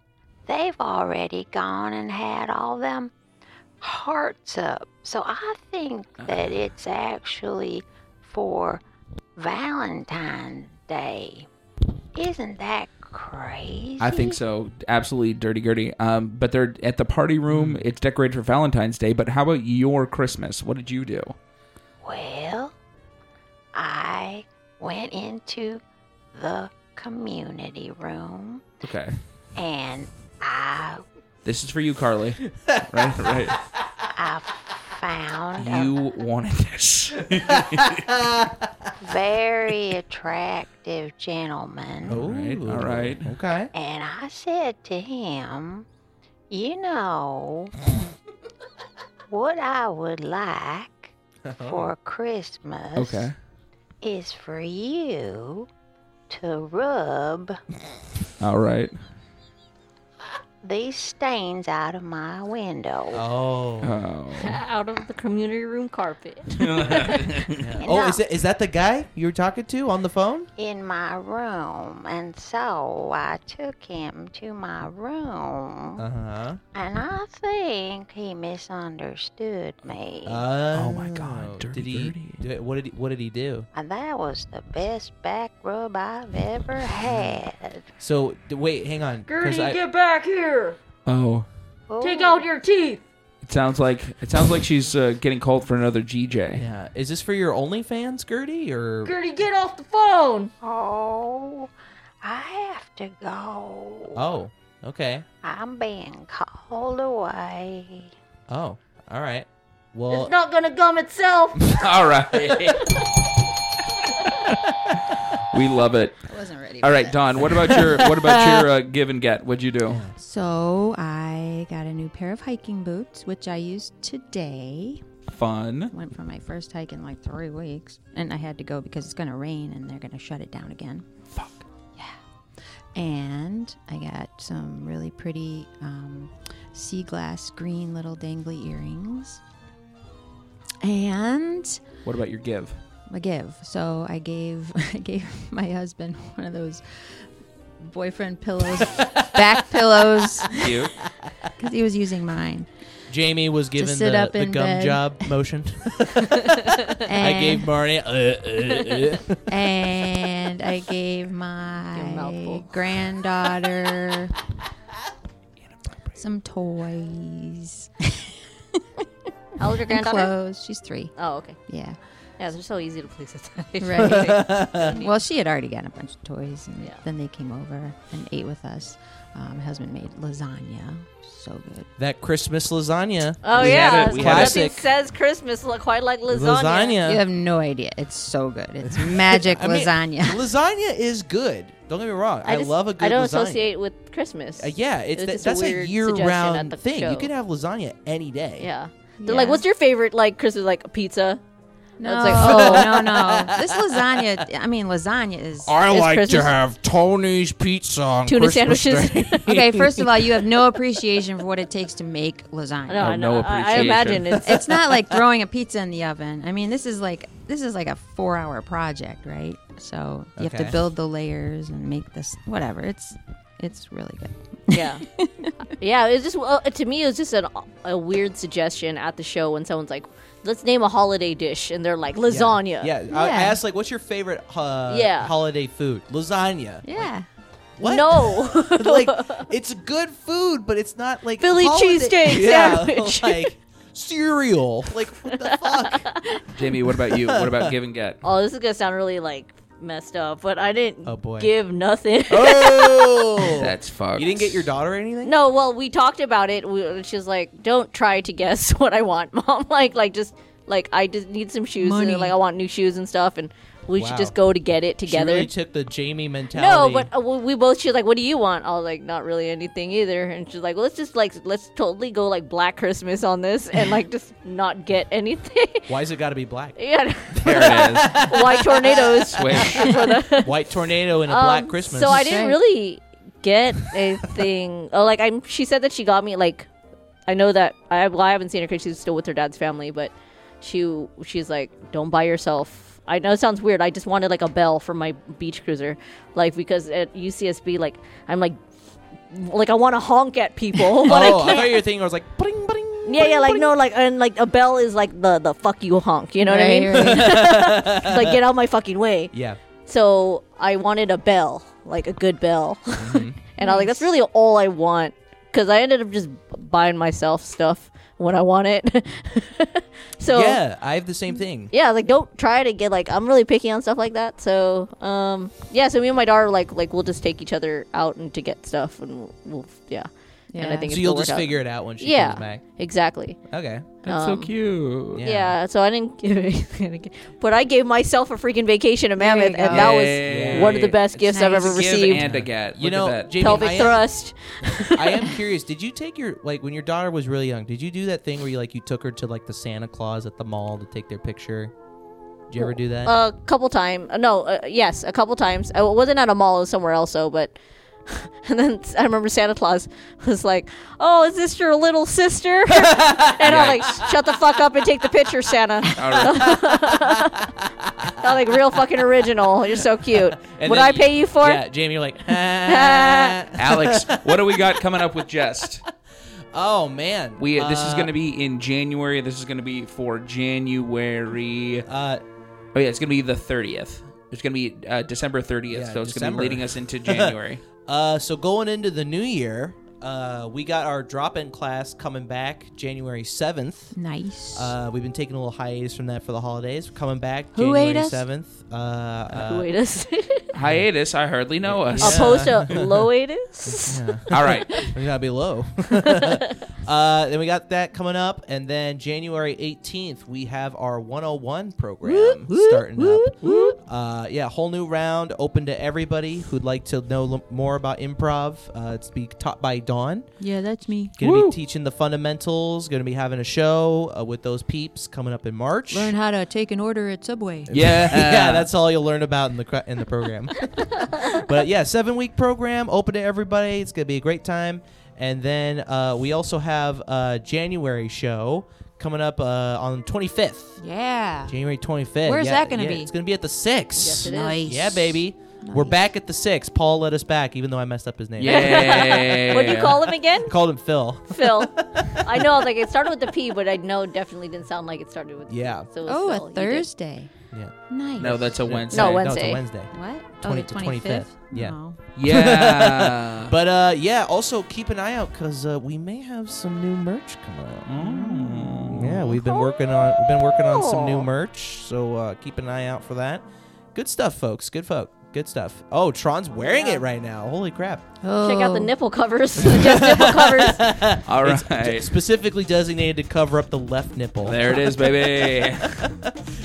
D: they've already gone and had all them hearts up. So I think that it's actually for Valentine's Day. Isn't that crazy?
A: I think so. Absolutely dirty Gertie. Um, but they're at the party room. It's decorated for Valentine's Day. But how about your Christmas? What did you do?
D: Well, I went into the community room
A: Okay.
D: and I
A: This is for you, Carly. right, right.
D: I found
A: You wanted this.
D: a very attractive gentleman
C: All
A: right, all right.
C: okay.
D: and I said to him, "You know, what I would like for Christmas
A: Okay.
D: is for you to rub
A: All right.
D: these stains out of my window."
C: Oh,
A: Oh.
E: out of the community room carpet.
C: oh, is it is that the guy you were talking to on the phone?
D: in my room, and so I took him to my room,
C: Uh
A: Uh-huh.
C: huh.
D: and I think he misunderstood me.
C: Oh
A: my God, Dirty
C: did he?
A: Gertie.
C: did- what did he, what did he do?
D: And Uh, that was the best back rub I've ever had.
C: So d- wait, hang on, 'cause
J: Gertie,
C: I-
J: get back here.
A: Oh.
J: Take
D: Ooh,
J: out your teeth.
A: It sounds like it sounds like she's uh, getting called for another GJ.
C: yeah, is this for your OnlyFans, Gertie, or
J: Gertie, get off the phone.
D: Oh, I have to go.
C: oh, okay.
D: I'm being called away.
C: Oh, all right. Well,
J: It's not gonna gum itself.
A: All right. we love it.
B: I wasn't ready.
A: All right, Don. What about your what about your uh, give and get? What'd you do?
B: So I got a new pair of hiking boots, which I used today.
A: Fun.
B: Went for my first hike in like three weeks, and I had to go because it's going to rain and they're going to shut it down again.
A: Fuck.
B: And I got some really pretty um, sea glass green little dangly earrings. And
A: What about your give?
B: a give. So I gave I gave my husband one of those boyfriend pillows, back pillows,
A: You.
B: because he was using mine.
C: Jamie was given
B: sit
C: the,
B: up
C: the
B: in
C: gum
B: bed.
C: job motion. I
B: And,
C: gave Marnie. Uh, uh, uh.
B: and I gave
E: Give a
B: my
E: mouthful.
B: granddaughter some toys.
E: How old's your
B: and
E: granddaughter?
B: clothes. She's three.
E: Oh, okay.
B: Yeah.
E: Yeah, they're so easy to please at that age.
B: Right. well, she had already gotten a bunch of toys, and then they came over and ate with us. Um, my husband made lasagna, so good.
C: That Christmas lasagna.
E: Oh
C: We had
E: yeah,
C: it.
E: that's
C: We
E: what
C: had
E: Jesse
C: it.
E: says Christmas look quite like lasagna.
C: Lasagna.
B: You have no idea. It's so good. It's magic
C: I mean,
B: lasagna.
C: lasagna is good. Don't get me wrong. I,
E: just-
C: love a good.
E: I don't
C: lasagna.
E: associate with Christmas.
C: Uh, yeah, it's,
E: It was
C: that,
E: just
C: that's a,
E: weird suggestion at
C: year-round
E: the
C: thing.
E: show.
C: You can have lasagna any day.
E: Yeah. They're like,
B: Yeah.
E: what's your favorite like Christmas like pizza?
B: no,
E: It's like,
B: no,
E: oh
B: no. This lasagna. I mean, lasagna is.
K: I
E: It's
K: like
E: Christmas.
K: to have Tony's pizza on
E: Tuna
K: Christmas
E: sandwiches.
K: Day.
B: Okay, first of all, you have no appreciation for what it takes to make lasagna.
E: No, I know. I- I imagine it's-
B: it's not like throwing a pizza in the oven. I mean, this is like this is like a four-hour project, right? So you have
E: Okay.
B: to build the layers and make this whatever. It's it's really good.
E: Yeah. yeah, it was just well, to me it was just an, a weird suggestion at the show when someone's like, let's name a holiday dish and they're like lasagna.
C: Yeah. I, I asked like, what's your favorite uh,
E: Yeah.
C: holiday food? Lasagna.
B: Yeah.
C: What?
E: No.
C: like it's good food, but it's not like
E: Philly
C: holiday-
E: cheesesteak
C: yeah,
E: sandwich.
C: like cereal. Like
A: Jamie, what about you? What about give and get?
E: Oh, this is gonna sound really like messed up, but I didn't
A: Oh, boy.
E: give nothing.
C: oh,
A: That's fucked.
C: you didn't get your daughter anything?
E: No, well, we talked about it. We, and she's like, "Don't try to guess what I want, mom. Like, like just like I just need some shoes.
C: Money.
E: And, like I want new shoes and stuff, and we
C: Wow.
E: should just go to get it together."
C: She really took the Jamie mentality.
E: no, but uh, we we both. She's like, "What do you want?" I was like, "Not really anything either." And she's like, well, "Let's just like let's totally go like Black Christmas on this, and like just not get anything."
C: why's it got to be black?
E: yeah,
A: There it
E: is. White tornadoes. For the-
C: White tornado and a
E: Um,
C: black Christmas.
E: So I didn't really get anything. oh, like I'm. She said that she got me like. I know that I, well, I haven't seen her because she's still with her dad's family, but she she's like, don't buy yourself. I know it sounds weird. I just wanted like a bell for my beach cruiser, like because at UCSB, like I'm like, like I want to honk at people, but
C: oh,
E: I
C: I,
E: can't.
C: thought you were thinking I was like,
E: yeah, yeah, like no, like and like a bell is like the the fuck you honk. You know
B: Right,
E: what I mean? It's like get out my fucking way.
C: yeah.
E: So I wanted a bell, like a good bell.
C: Mm-hmm.
E: and I was like, that's really all I want. Because I ended up just buying myself stuff when I want it. so,
C: yeah, I have the same thing.
E: Oh. yeah, like don't try to get like I'm really picky on stuff like that. So, um, yeah. So me and my daughter like like we'll just take each other out and to get stuff and we'll, we'll yeah. And I
C: Yeah.
E: think
C: So
E: it's
C: you'll
E: gonna
C: just
E: work out.
C: figure it out when she
E: yeah,
C: comes back.
E: Exactly.
C: Okay,
E: That's so Um,
A: cute.
E: Yeah. So I didn't give anything, but I gave myself a freaking vacation to Mammoth, and that was
A: Yay.
E: one of the best gifts I've ever
A: Give
E: received.
A: and a get.
C: You
A: Look
C: know,
A: at that.
C: Jamie,
E: Pelvic
C: I am-
E: thrust.
C: I am curious. Did you take your like when your daughter was really young? Did you do that thing where you like you took her to like the Santa Claus at the mall to take their picture? Did you ever do that?
E: A couple times. No, uh, yes, a couple times. I wasn't at a mall, it was somewhere else, though, but. And then I remember Santa Claus was like, "Oh, is this your little sister?" and I'm like, "Shut the fuck up and take the picture, Santa."
A: All
E: I'm like, "Real fucking original. You're so cute.
C: And
E: Would
C: then
E: I pay you for
C: Yeah,
E: it?"
C: Jamie, you're like, "Ah."
A: Alex, what do we got coming up with Jest?
C: oh man,
A: We this is
C: Uh,
A: going to be in January. This is going to be for January.
C: Uh,
A: oh yeah, it's going to be the thirtieth. It's going to be uh, December thirtieth.
C: Yeah,
A: so it's going to
C: December.
A: be leading us into January.
C: Uh, so going into the new year, uh, we got our drop-in class coming back January seventh.
B: Nice.
C: Uh, we've been taking a little hiatus from that for the holidays. Coming back
B: Who ate
C: January
B: us?
C: seventh. Uh, uh,
E: Who ate us?
A: Hiatus. I hardly know us.
E: Opposed to loatus.
A: All right.
C: we gotta be low. uh, then we got that coming up, and then January 18th we have our 101 program starting up. Uh, yeah, whole new round open to everybody who'd like to know l- more about improv. Uh, it's be taught by Dawn.
B: Yeah, that's me.
C: Gonna be teaching the fundamentals. Gonna be having a show uh, with those peeps coming up in March.
B: Learn how to take an order at Subway.
A: Yeah.
C: yeah, that's all you'll learn about in the cra- in the program. but yeah, seven week program, open to everybody. It's gonna be a great time. And then uh, we also have a January show coming up uh, on the 25th,
B: Yeah.
C: January 25th.
B: Where's
C: Yeah,
B: that gonna
C: yeah,
B: be?
C: It's gonna be at the six.
B: Yes, it is. Nice.
C: Yeah, baby. We're back at the six. Paul let us back, even though I messed up his name.
A: Yay.
E: What'd you call him again?
C: Called him Phil.
E: Phil. I know. I was like, it started with the P, but I know it definitely didn't sound like it started with.
C: Yeah.
E: So it was
B: Oh,
E: Phil.
B: a
E: You did-
B: Thursday.
C: Yeah.
B: Nice.
A: No, that's a Wednesday.
E: No,
C: No, it's a
E: Wednesday.
C: Wednesday.
B: What? Oh,
C: Twenty
B: the
C: to twenty fifth.
B: 25th?
C: Yeah.
B: No.
A: Yeah.
C: but uh, yeah. Also keep an eye out because uh, we may have some new merch coming out.
B: Mm.
C: Yeah, we've been working on we've been working on some new merch, so uh, keep an eye out for that. Good stuff, folks. Good folk. Good stuff. Oh, Tron's wearing it right now. Holy crap!
E: Check out
B: Oh.
E: the nipple covers. Just nipple covers.
A: All
C: It's
A: right.
C: specifically designated to cover up the left nipple.
A: There it is, baby.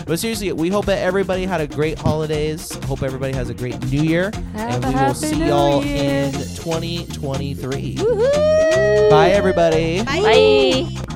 C: But seriously, we hope that everybody had a great holidays. Hope everybody has a great new year. and
B: a
C: we will
B: happy
C: see
B: New
C: y'all
B: Year.
C: in 2023. Bye, everybody.
E: Bye.